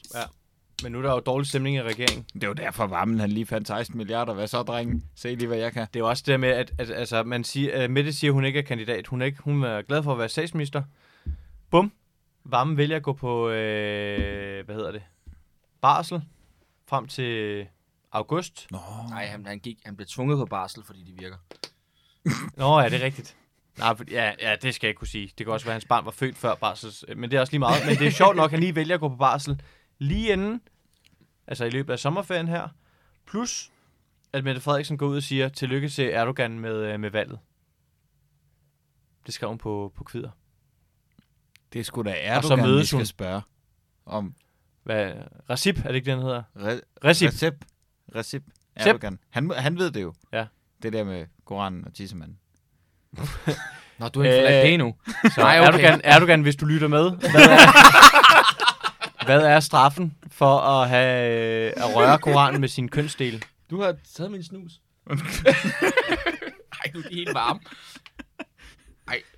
D: Men nu er der jo dårlig stemning i regeringen.
B: Det var derfor, Vammen han lige fandt 16 milliarder. Hvad så, drenge? Se lige, hvad jeg kan.
D: Det er jo også det der med, at, at altså, man siger, uh, Mette siger, at hun ikke er kandidat. Hun er, ikke, hun er glad for at være statsminister. Bum. Vamme vælger at gå på, øh, hvad hedder det, barsel frem til august.
B: Nå.
C: Nej, han, han, gik, han blev tvunget på barsel, fordi det virker.
D: Nå, ja, det er rigtigt. Nej, for, ja, ja, det skal jeg ikke kunne sige. Det kan også være, at hans barn var født før barsels, øh, men det er også lige meget. Men det er sjovt nok, at han lige vælger at gå på barsel lige inden, altså i løbet af sommerferien her, plus at Mette Frederiksen går ud og siger, tillykke til Erdogan med, øh, med valget. Det skrev hun på, på kvider.
B: Det skulle da
D: Og så
B: Erdogan, vi
D: mødes
B: skal
D: hun.
B: spørge om
D: Hvad, Recep, er det ikke det, han hedder?
B: re-
D: Recep.
B: Recep. Recep. Erdogan. Han, må- han ved det jo.
D: Ja.
B: Det der med Koranen og Tissemanden.
C: Nå, du har ikke forladt
D: Øh,
C: det endnu.
D: Så
C: Nej, okay.
D: Erdogan, Erdogan, hvis du lytter med, hvad er, hvad er straffen for at, have, øh, at røre Koranen med sin kønsdel?
C: Du har taget min snus. Nej, nu er de helt varme.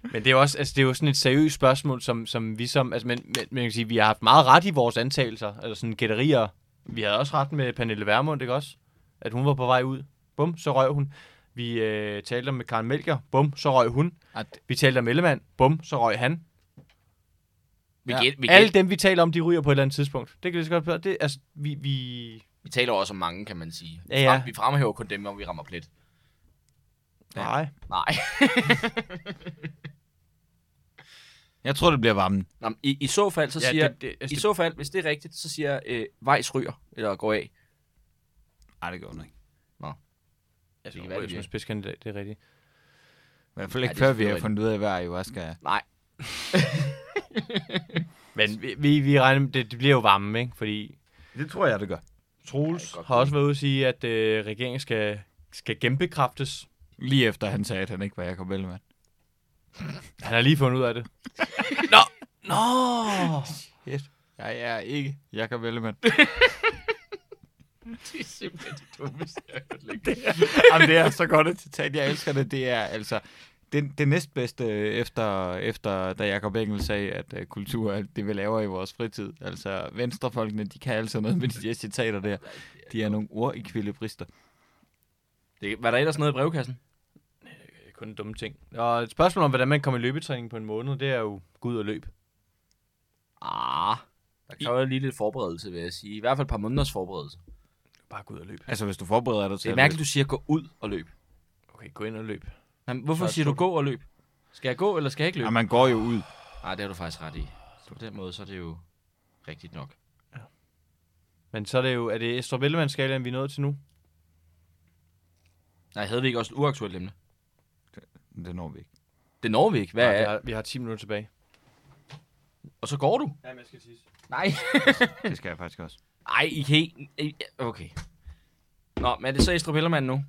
D: Men det er, jo også, altså, det er jo sådan et seriøst spørgsmål, som, som vi som... Altså, men, men, men, jeg kan sige, vi har haft meget ret i vores antagelser, eller sådan gætterier. Vi havde også ret med Pernille Vermund, ikke også? At hun var på vej ud. Bum, så røg hun. Vi øh, talte om med Karen Melker. Bum, så røg hun.
B: At,
D: Vi talte om Ellemann. Bum, så røg han.
C: Vi,
B: Ja.
C: ja. gæt, vi,
D: Alle
C: gæt,
D: dem, vi taler om, de ryger på et eller andet tidspunkt. Det kan jeg lige så godt være. Det, altså, vi, vi...
C: vi taler også om mange, kan man sige.
D: Ja, ja.
C: Frem, vi fremhæver kun dem, om vi rammer plet.
B: Ja.
D: Nej.
C: Nej.
B: jeg tror, det bliver Vammen.
C: Nå, men i, I så fald, så
D: Ja,
C: siger...
D: det,
C: I
D: det, altså,
C: så fald, hvis det er rigtigt, så siger øh, Vejs ryger, eller går af.
B: Nej, det gør hun ikke.
D: det,
C: det
D: altså, det,
C: kan være,
D: det, det,
C: det
D: det,
C: virker.
D: spidskandidat, det er rigtigt.
B: I hvert fald
C: Ej,
B: ikke,
C: det er
B: før vi har
C: selvfølgelig
B: fundet ud af, hvad ayahuasca er.
D: Men vi, vi, vi regner med, det, det bliver jo varme, ikke? Fordi
B: Det tror jeg, det gør.
C: Ja, det
D: Troels
C: er godt
D: har også været ude at sige, at øh, regeringen skal, skal genbekræftes.
B: Lige efter han sagde, at han ikke var Jacob Ellemann.
D: Han har lige fundet ud af det.
C: Nå!
B: Jeg er ikke Jakob Ellemann.
C: Det er simpelthen det dummeste, jeg har hørt længe.
B: Jamen, det er så godt et citat. Jeg elsker det. Det er altså det, det næstbedste øh, efter, efter da Jacob Engel sagde, at uh, kultur er alt det, vi laver i vores fritid. Altså, venstrefolkene, de kan altså noget med de der citater der. De er nogle ordekvilibrister.
C: Det, var der ellers noget i brevkassen?
D: Det er kun dumme ting. Og et spørgsmål om, hvordan man kommer i løbetræning på en måned, det er jo gå ud og løb.
C: Ah, der kræver lige lidt forberedelse, vil jeg sige. I hvert fald et par måneders forberedelse.
D: Bare gå ud og løb.
B: Altså, hvis du forbereder dig
C: Det
B: til...
C: er mærkeligt, du siger gå ud og løb.
D: Okay, gå ind og løb.
C: Jamen, hvorfor
D: Så er
C: siger du gå og løb? Skal jeg gå, eller skal jeg ikke
B: Ja,
C: løbe?
B: man går jo ud.
C: Nej, det har du faktisk ret i. På den måde, så er det jo rigtigt nok.
D: Men så er det jo, er det Estrup Ellemann-skalaen, vi er nået til nu?
C: Nej, havde vi ikke også et uaktuelt emne?
B: Det når vi ikke.
C: Det når vi ikke. Hvad
D: Nej, vi,
C: er?
D: har, vi har 10 minutter tilbage.
C: Og så går du?
D: Ja, men jeg skal tisse.
C: Nej.
B: Det skal jeg faktisk også.
C: Ej, I kan ikke... I- Okay. Nå, men er det så Estrup Hellermann nu?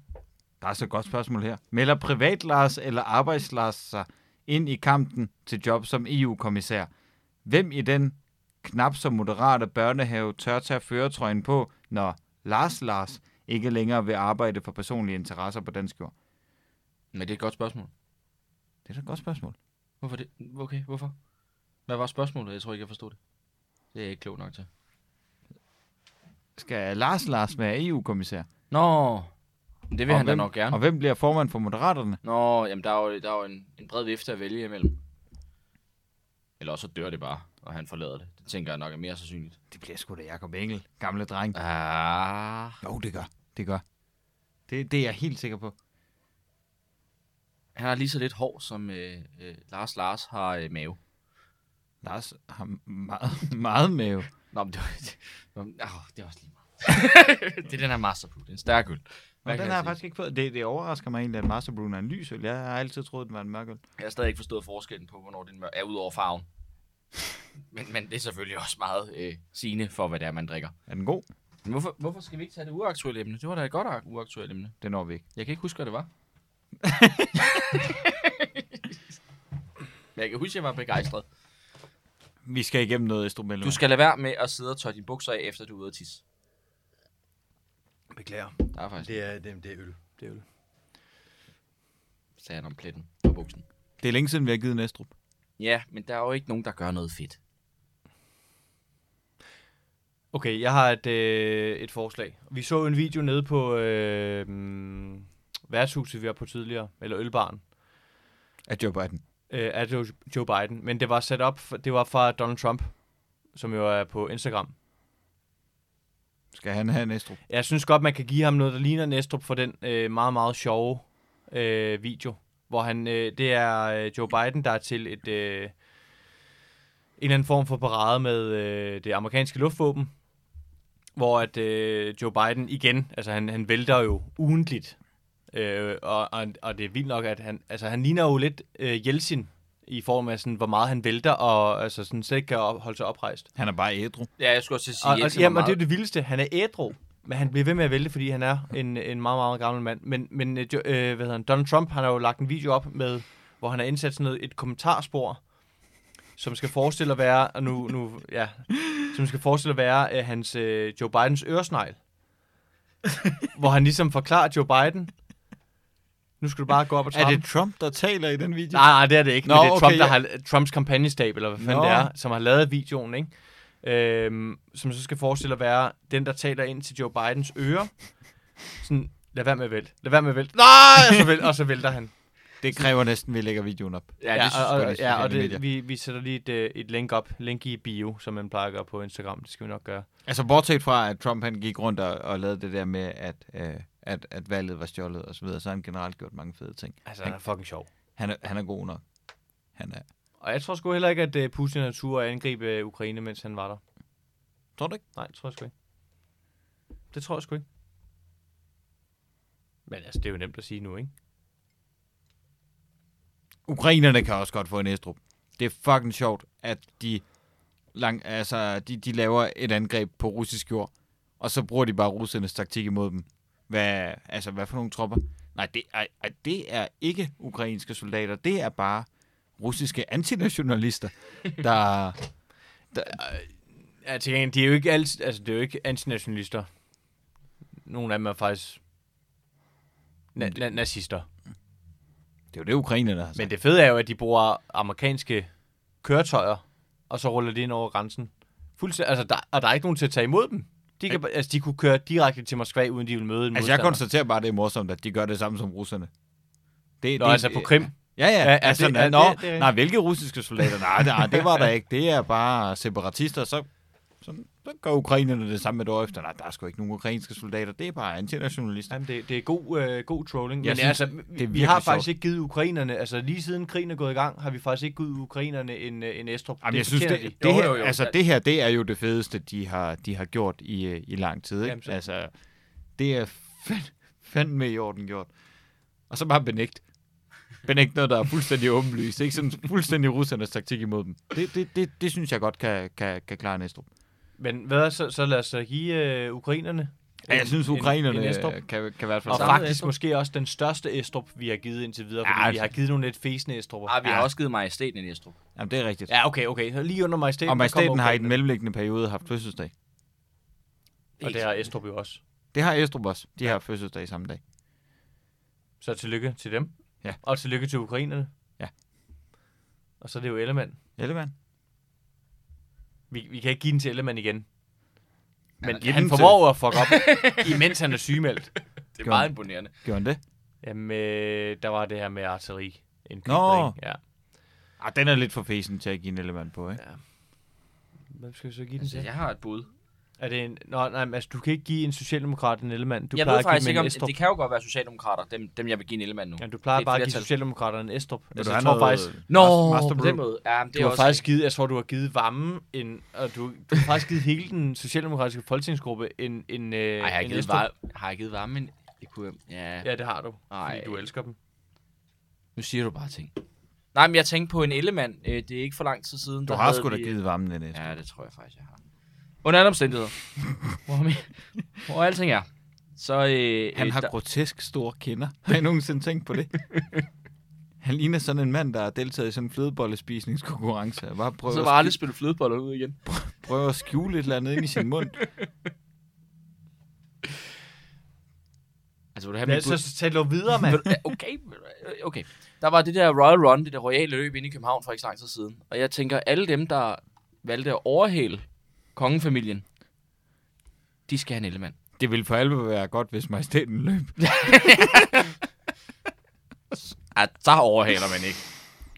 B: Der er så et godt spørgsmål her. Melder privat Lars eller arbejds Lars sig ind i kampen til job som EU-kommissær? Hvem i den knap så moderate børnehave tør tage føretrøjen på, når Lars Lars ikke længere vil arbejde for personlige interesser på dansk jord?
C: Men det er et godt spørgsmål.
B: Det er da et godt spørgsmål.
C: Hvorfor det? Okay, hvorfor? Hvad var spørgsmålet? Jeg tror ikke, jeg forstod det. Det er jeg ikke klog nok til.
B: Skal Lars Lars være EU-kommissær?
C: Nå, men det vil
B: Og
C: han da
B: hvem-
C: nok gerne.
B: Og hvem bliver formand for Moderaterne?
C: Nå, jamen der er jo, der er jo en, en bred vifte at vælge imellem. Eller også så dør det bare, og han forlader det. Det tænker jeg nok er mere sandsynligt.
B: Det bliver sgu da Jacob Engel, gamle dreng.
C: Ah,
B: Jo, det gør. Det gør. Det, det er jeg helt sikker på.
C: han har lige så lidt hår, som øh, øh, Lars Lars har øh, mave.
B: Lars har meget, meget mave.
C: Nå, men det var... Det, nå, men- åh, det er også lige meget. det er den her master Brew. Det er en stærk øl.
B: Nå,
C: Hvad
B: den
C: kan jeg
B: har jeg
C: sige?
B: faktisk ikke fået. Det, det overrasker mig egentlig, at Master Brew er en lys øl. Jeg har altid troet, den var en mørk øl.
C: Jeg har stadig ikke forstået forskellen på, hvornår den er ud over farven. Men, men det er selvfølgelig også meget øh, sigende for, hvad det er, man drikker.
B: Er den god?
C: Men hvorfor, hvorfor skal vi ikke tage det uaktuelle emne? Det var da et godt ak- uaktuelt emne.
B: Det når vi ikke.
C: Jeg kan ikke huske, hvad det var. Men jeg kan huske, at jeg var begejstret.
B: Vi skal igennem noget instrument.
C: Du skal lade være med at sidde og tørre dine bukser af, efter du er ude at tisse.
D: Beklager.
C: Der er faktisk,
D: Det er, det, det er øl. Det er øl.
C: sagde han om pletten på buksen.
B: Det er længe siden, vi har givet Næstrup.
C: Ja, men der er jo ikke nogen, der gør noget fedt.
D: Okay, jeg har et, øh, et forslag. Vi så en video nede på øh, mm, værtshuset, vi var på tidligere, eller ølbaren,
B: Af Joe Biden.
D: øh, af Joe, Joe Biden. Men det var sat op, for- det var fra Donald Trump, som jo er på Instagram.
B: Skal han have Næstrup?
D: Jeg synes godt, man kan give ham noget, der ligner Næstrup for den øh, meget, meget sjove øh, video, hvor han, øh, det er øh, Joe Biden, der er til et, øh, en eller anden form for parade med øh, det amerikanske luftvåben, hvor at øh, Joe Biden igen, altså han, han vælter jo ugentligt, øh, og, og, og det er vildt nok, at han, altså han ligner jo lidt øh, Jeltsin i form af sådan, hvor meget han vælter, og altså sådan slet ikke kan op- holde sig oprejst.
B: Han er bare ædru.
C: Ja, jeg skulle også til at sige,
D: Og,
C: at
D: og,
C: Jensen var
D: jamen, og det er
C: meget-
D: jo det vildeste. Han er ædru, men han bliver ved med at vælte, fordi han er en, en meget, meget gammel mand. Men, men øh, jo, øh, hvad hedder han, Donald Trump han har jo lagt en video op, med, hvor han har indsat sådan noget, et kommentarspor, som skal forestille at være, og nu, nu, ja, som skal forestille at være øh, hans, øh, Joe Bidens øresnegl. hvor han ligesom forklarer Joe Biden, nu skal du bare gå op og
B: Er
D: trappen.
B: det Trump, der taler i den video?
D: Nej, nej, det er det ikke.
B: Nå,
D: men det er Trump,
B: okay,
D: der
B: ja.
D: har, Trumps kampagnestab, eller hvad fanden
B: Nå.
D: det er, som har lavet videoen, ikke? Øhm, som så skal forestille at være den, der taler ind til Joe Bidens ører. Sådan, lad være med at vælte. Lad være med at vælte. Nej! Og så, væl, og så vælter han.
B: Det kræver næsten, vi lægger videoen op.
C: Ja, det synes
D: og,
B: jeg, de
D: og, ja,
B: sociale
D: og
B: medier.
D: det, vi, vi sætter lige et, øh, et link op. Link i bio, som man plejer at gøre på Instagram. Det skal vi nok gøre.
B: Altså, bortset fra, at Trump han gik rundt og, og lavede det der med, at, øh, at, at valget var stjålet og så videre, så har han generelt gjort mange fede ting.
D: Altså, han er fucking sjov.
B: Han er, han er god nok. Han er.
D: Og jeg tror sgu heller ikke, at øh, Putin har tur at angribe øh, Ukraine, mens han var der.
B: Tror du ikke?
D: Nej, det tror jeg sgu ikke. Det tror jeg sgu ikke. Men altså, det er jo nemt at sige nu, ikke?
B: Ukrainerne kan også godt få en Estrup. Det er fucking sjovt, at de, lang, altså, de, de laver et angreb på russisk jord, og så bruger de bare russernes taktik imod dem. Hvad, altså, hvad for nogle tropper? Nej, det er, ej, det er ikke ukrainske soldater. Det er bare russiske antinationalister, der...
D: Ja, til gengæld, de er jo ikke alt, altså, det er jo ikke antinationalister. Nogle af dem er faktisk na- na- nazister.
B: Det er jo det, ukrainerne har sagt.
D: Men det fede er jo, at de bruger amerikanske køretøjer, og så ruller de ind over grænsen. Fuldstændig, altså, der, og der er ikke nogen til at tage imod dem. De, kan, bare- altså, de kunne køre direkte til Moskva, uden de ville møde en
B: Altså, jeg
D: modstander.
B: konstaterer bare, at det er morsomt, at de gør det samme som russerne. Det,
D: Nå, altså på Krim.
B: Ja, ja.
D: Ja,
B: ja
D: altså,
B: altså,
D: ja,
B: ja,
D: det-
B: nå,
D: det er rigtigt.
B: nej, hvilke russiske soldater? Nej, nej, det var der ikke. Det er bare separatister. Så, så, så gør ukrainerne det samme et år efter. Nej, der er sgu ikke nogen ukrainske soldater. Det er bare antinationalister.
D: Jamen, det, det er god, øh, god trolling.
B: Jeg
D: Men
B: synes,
D: altså,
B: det
D: vi,
B: er
D: vi har
B: virkelig
D: faktisk
B: sjovt.
D: ikke givet ukrainerne, altså lige siden krigen er gået i gang, har vi faktisk ikke givet ukrainerne en, øh, en Estrup.
B: Jamen, jeg synes, det,
D: fortjener de.
B: det, her,
C: Jo, jo, jo.
B: Altså, det her, det er jo det fedeste, de har, de har gjort i, øh, i lang tid. Ikke?
D: Jamen, så-
B: altså, det er fand, fandme i orden gjort. Og så bare benægt. Benægt noget, der er fuldstændig åbenlyst. Ikke sådan fuldstændig russernes taktik imod dem. Det, det, det, det synes jeg godt kan, kan, kan klare Næstrup.
D: Men hvad, så, så lad os øh, give øh, ukrainerne.
B: Ja, jeg synes,
D: en- en-
B: ukrainerne øh,
D: en
B: en,
D: Estrup.
B: kan, kan i hvert fald
D: Og
B: sammen.
D: faktisk måske også den største Estrup, vi har givet indtil videre, fordi
B: Ja,
D: ja, vi
B: altså.
D: har givet nogle lidt fæsende Estrupper.
C: Ah, vi har
B: Ja.
C: også givet majestæten en Estrup.
B: Jamen, det er rigtigt. Ja,
D: Ja, okay, okay. Så lige under majestæten.
B: og majestæten
D: kommer
B: har i den
D: ukrainerne.
B: mellemliggende periode haft fødselsdag.
D: Og det har Estrup jo også.
B: Det har Estrup også. De har fødselsdag samme dag.
D: Så tillykke til dem.
B: Ja.
D: Og tillykke til ukrainerne.
B: Ja.
D: Og så er det jo Ellemann.
B: Ellemann?
D: Vi, vi kan ikke give den til Ellemann igen. Men
C: Han-
D: han, han
B: han-
D: formår jo at fuck op, imens han er sygemeldt.
C: Det er meget imponerende.
B: Gjorde han det?
D: Jamen, øh, der var det her med artilleri. En
B: Nå.
D: Ja.
B: Ah, den er lidt for fesen til at give en Ellemann på, ikke?
D: Hvad skal vi så give den
C: Altså,
D: til?
C: jeg har et bud.
D: Er det en... Nå, nej, men altså, du kan ikke give en socialdemokrat en Ellemann. Du
C: jeg
D: plejer
C: ved
D: at give
C: faktisk
D: dem
C: ikke,
D: en
C: om...
D: Estrup.
C: Det kan jo godt være socialdemokrater, dem, dem jeg vil give en Ellemann nu.
D: Ja, du
C: det
D: plejer
C: er
D: bare at give
C: flertal.
D: socialdemokraterne en Estrup.
B: Vil
D: Altså,
B: du
D: jeg
B: have
D: tror
B: noget-
D: faktisk...
C: Nå,
B: Master
C: på
B: Brew?
C: den måde. Ja, men det
D: Du
C: er
D: har
C: også
D: faktisk givet, jeg tror, du har givet varmen en, og du, du har faktisk givet hele den socialdemokratiske folketingsgruppe en, en, øh,
C: Ej, har jeg
D: en
C: givet,
D: Estrup.
C: var... har jeg givet varme en... Det kunne... Ja.
D: Ja, det har du. Fordi
C: Ej.
D: du elsker dem.
C: Nu siger du bare ting. Nej, men jeg tænkte på en Ellemann. Øh, det er ikke for lang tid siden.
B: Du
C: der
B: har
C: havde
B: sgu da
C: vi-
B: givet varmen den næste.
C: Ja, det tror jeg faktisk, jeg har. Under alle omstændigheder. hvor, min- hvor alting er. Så, øh,
B: Han
C: øh,
B: har
C: der-
B: grotesk store kinder. Har I nogensinde tænkt på det? Han ligner sådan en mand, der har deltaget i sådan en flødebollespisningskonkurrence. Og bare prøver,
C: så
B: så
C: var
B: bare at,
C: aldrig spillet flødeboller ud igen.
B: sk- prøver at skjule et eller andet ind i sin mund.
C: Altså, vil du have
D: Ja,
C: mit bud?
D: så, så tag lov videre, mand.
C: Vil du- Okay, okay. Der var det der Royal Run, det der royale løb inde i København for ikke så lang tid siden. Og jeg tænker, alle dem, der valgte at overhale kongefamilien, de skal have en ellemand.
B: Det ville for alvor være godt, hvis majestæten løb.
C: Ja, der overhaler man ikke.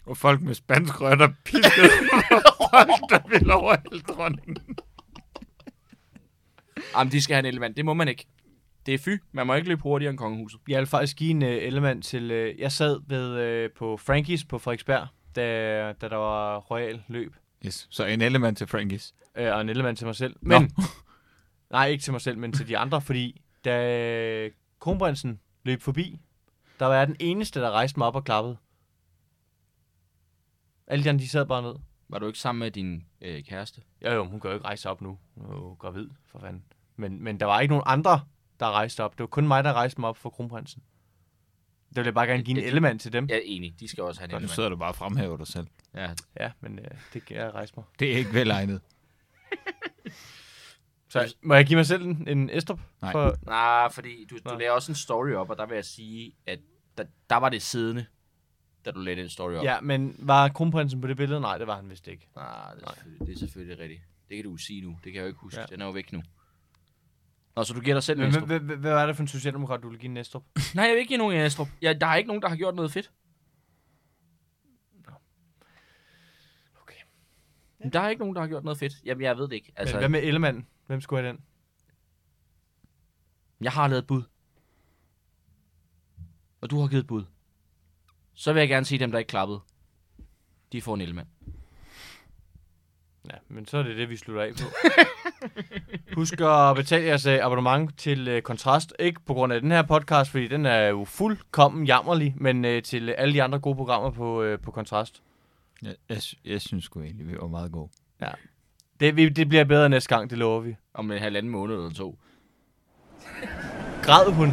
B: Og folk med spansk røg, der piskede folk, der ville overhælde dronningen.
C: Jamen, de skal have en ellemand. Det må man ikke. Det er fy. Man må ikke løbe hurtigere end kongehuset.
D: Jeg vil faktisk give en uh, element til... Uh, jeg sad ved uh, på Frankies på Frederiksberg, da, da der var royal løb.
B: Yes, så en element til Frankies.
D: Uh, og en element til mig selv.
B: Nå.
D: Men, nej, ikke til mig selv, men til de andre, fordi da kronprinsen løb forbi, der var jeg den eneste, der rejste mig op og klappede. Alle de andre, de sad bare ned.
C: Var du ikke sammen med din øh, kæreste?
D: Jo, jo, hun kan jo ikke rejse sig op nu. Hun er jo gravid, for fanden. Men, men der var ikke nogen andre, der rejste op. Det var kun mig, der rejste mig op for kronprinsen. Det ville jeg bare gerne give
C: Ja,
D: en
C: det-
D: element til dem.
C: Jeg er enig. De skal også have en
B: Og nu
C: ellemand.
B: sidder du bare og fremhæver dig selv.
C: Ja.
D: Ja, men øh, det kan jeg rejse mig.
B: Det er ikke velegnet.
D: Så må jeg give mig selv en, en estrup?
B: Nej.
D: For,
C: Nej, fordi du, du
D: Nå.
C: lagde også en story op, og der vil jeg sige, at der, der var det siddende, da du lagde den story op.
D: ja, men var kronprinsen på det billede? Nej, det var han vist ikke.
C: Nej, Ah, det er, selvfølgelig, det er selvfølgelig rigtigt. Det kan du jo sige nu. Det kan jeg jo ikke huske.
D: Ja.
C: Ja. Den er jo væk nu. Nå, så du giver dig selv en
D: Men,
C: Næstrup.
D: hvad, hvad, hvad var det for en socialdemokrat, du ville give en estrup?
C: Nej, jeg vil ikke give nogen en Næstrup. Ja, der er ikke nogen, der har gjort noget fedt.
D: Okay.
C: Men der er ikke nogen, der har gjort noget fedt. Jamen, jeg ved det ikke.
D: Altså,
C: Altså,
D: men hvad med Ellemann? Hvem skulle have den?
C: jeg har lavet et bud. Og du har givet et bud. Så vil jeg gerne se dem, der ikke klappede. De får en elmand.
D: Ja, men så er det det, vi slutter af på. Husk at betale jeres øh, abonnement til øh, Kontrast. Ikke på grund af den her podcast, fordi den er jo fuldkommen jammerlig, men øh, til øh, alle de andre gode programmer på, øh, på Kontrast.
B: Jeg, jeg, sy- jeg synes sgu egentlig, vi var meget gode.
D: Det, vi, det bliver bedre næste gang, det lover vi.
C: Om en halvanden måned eller to.
D: Græd hun?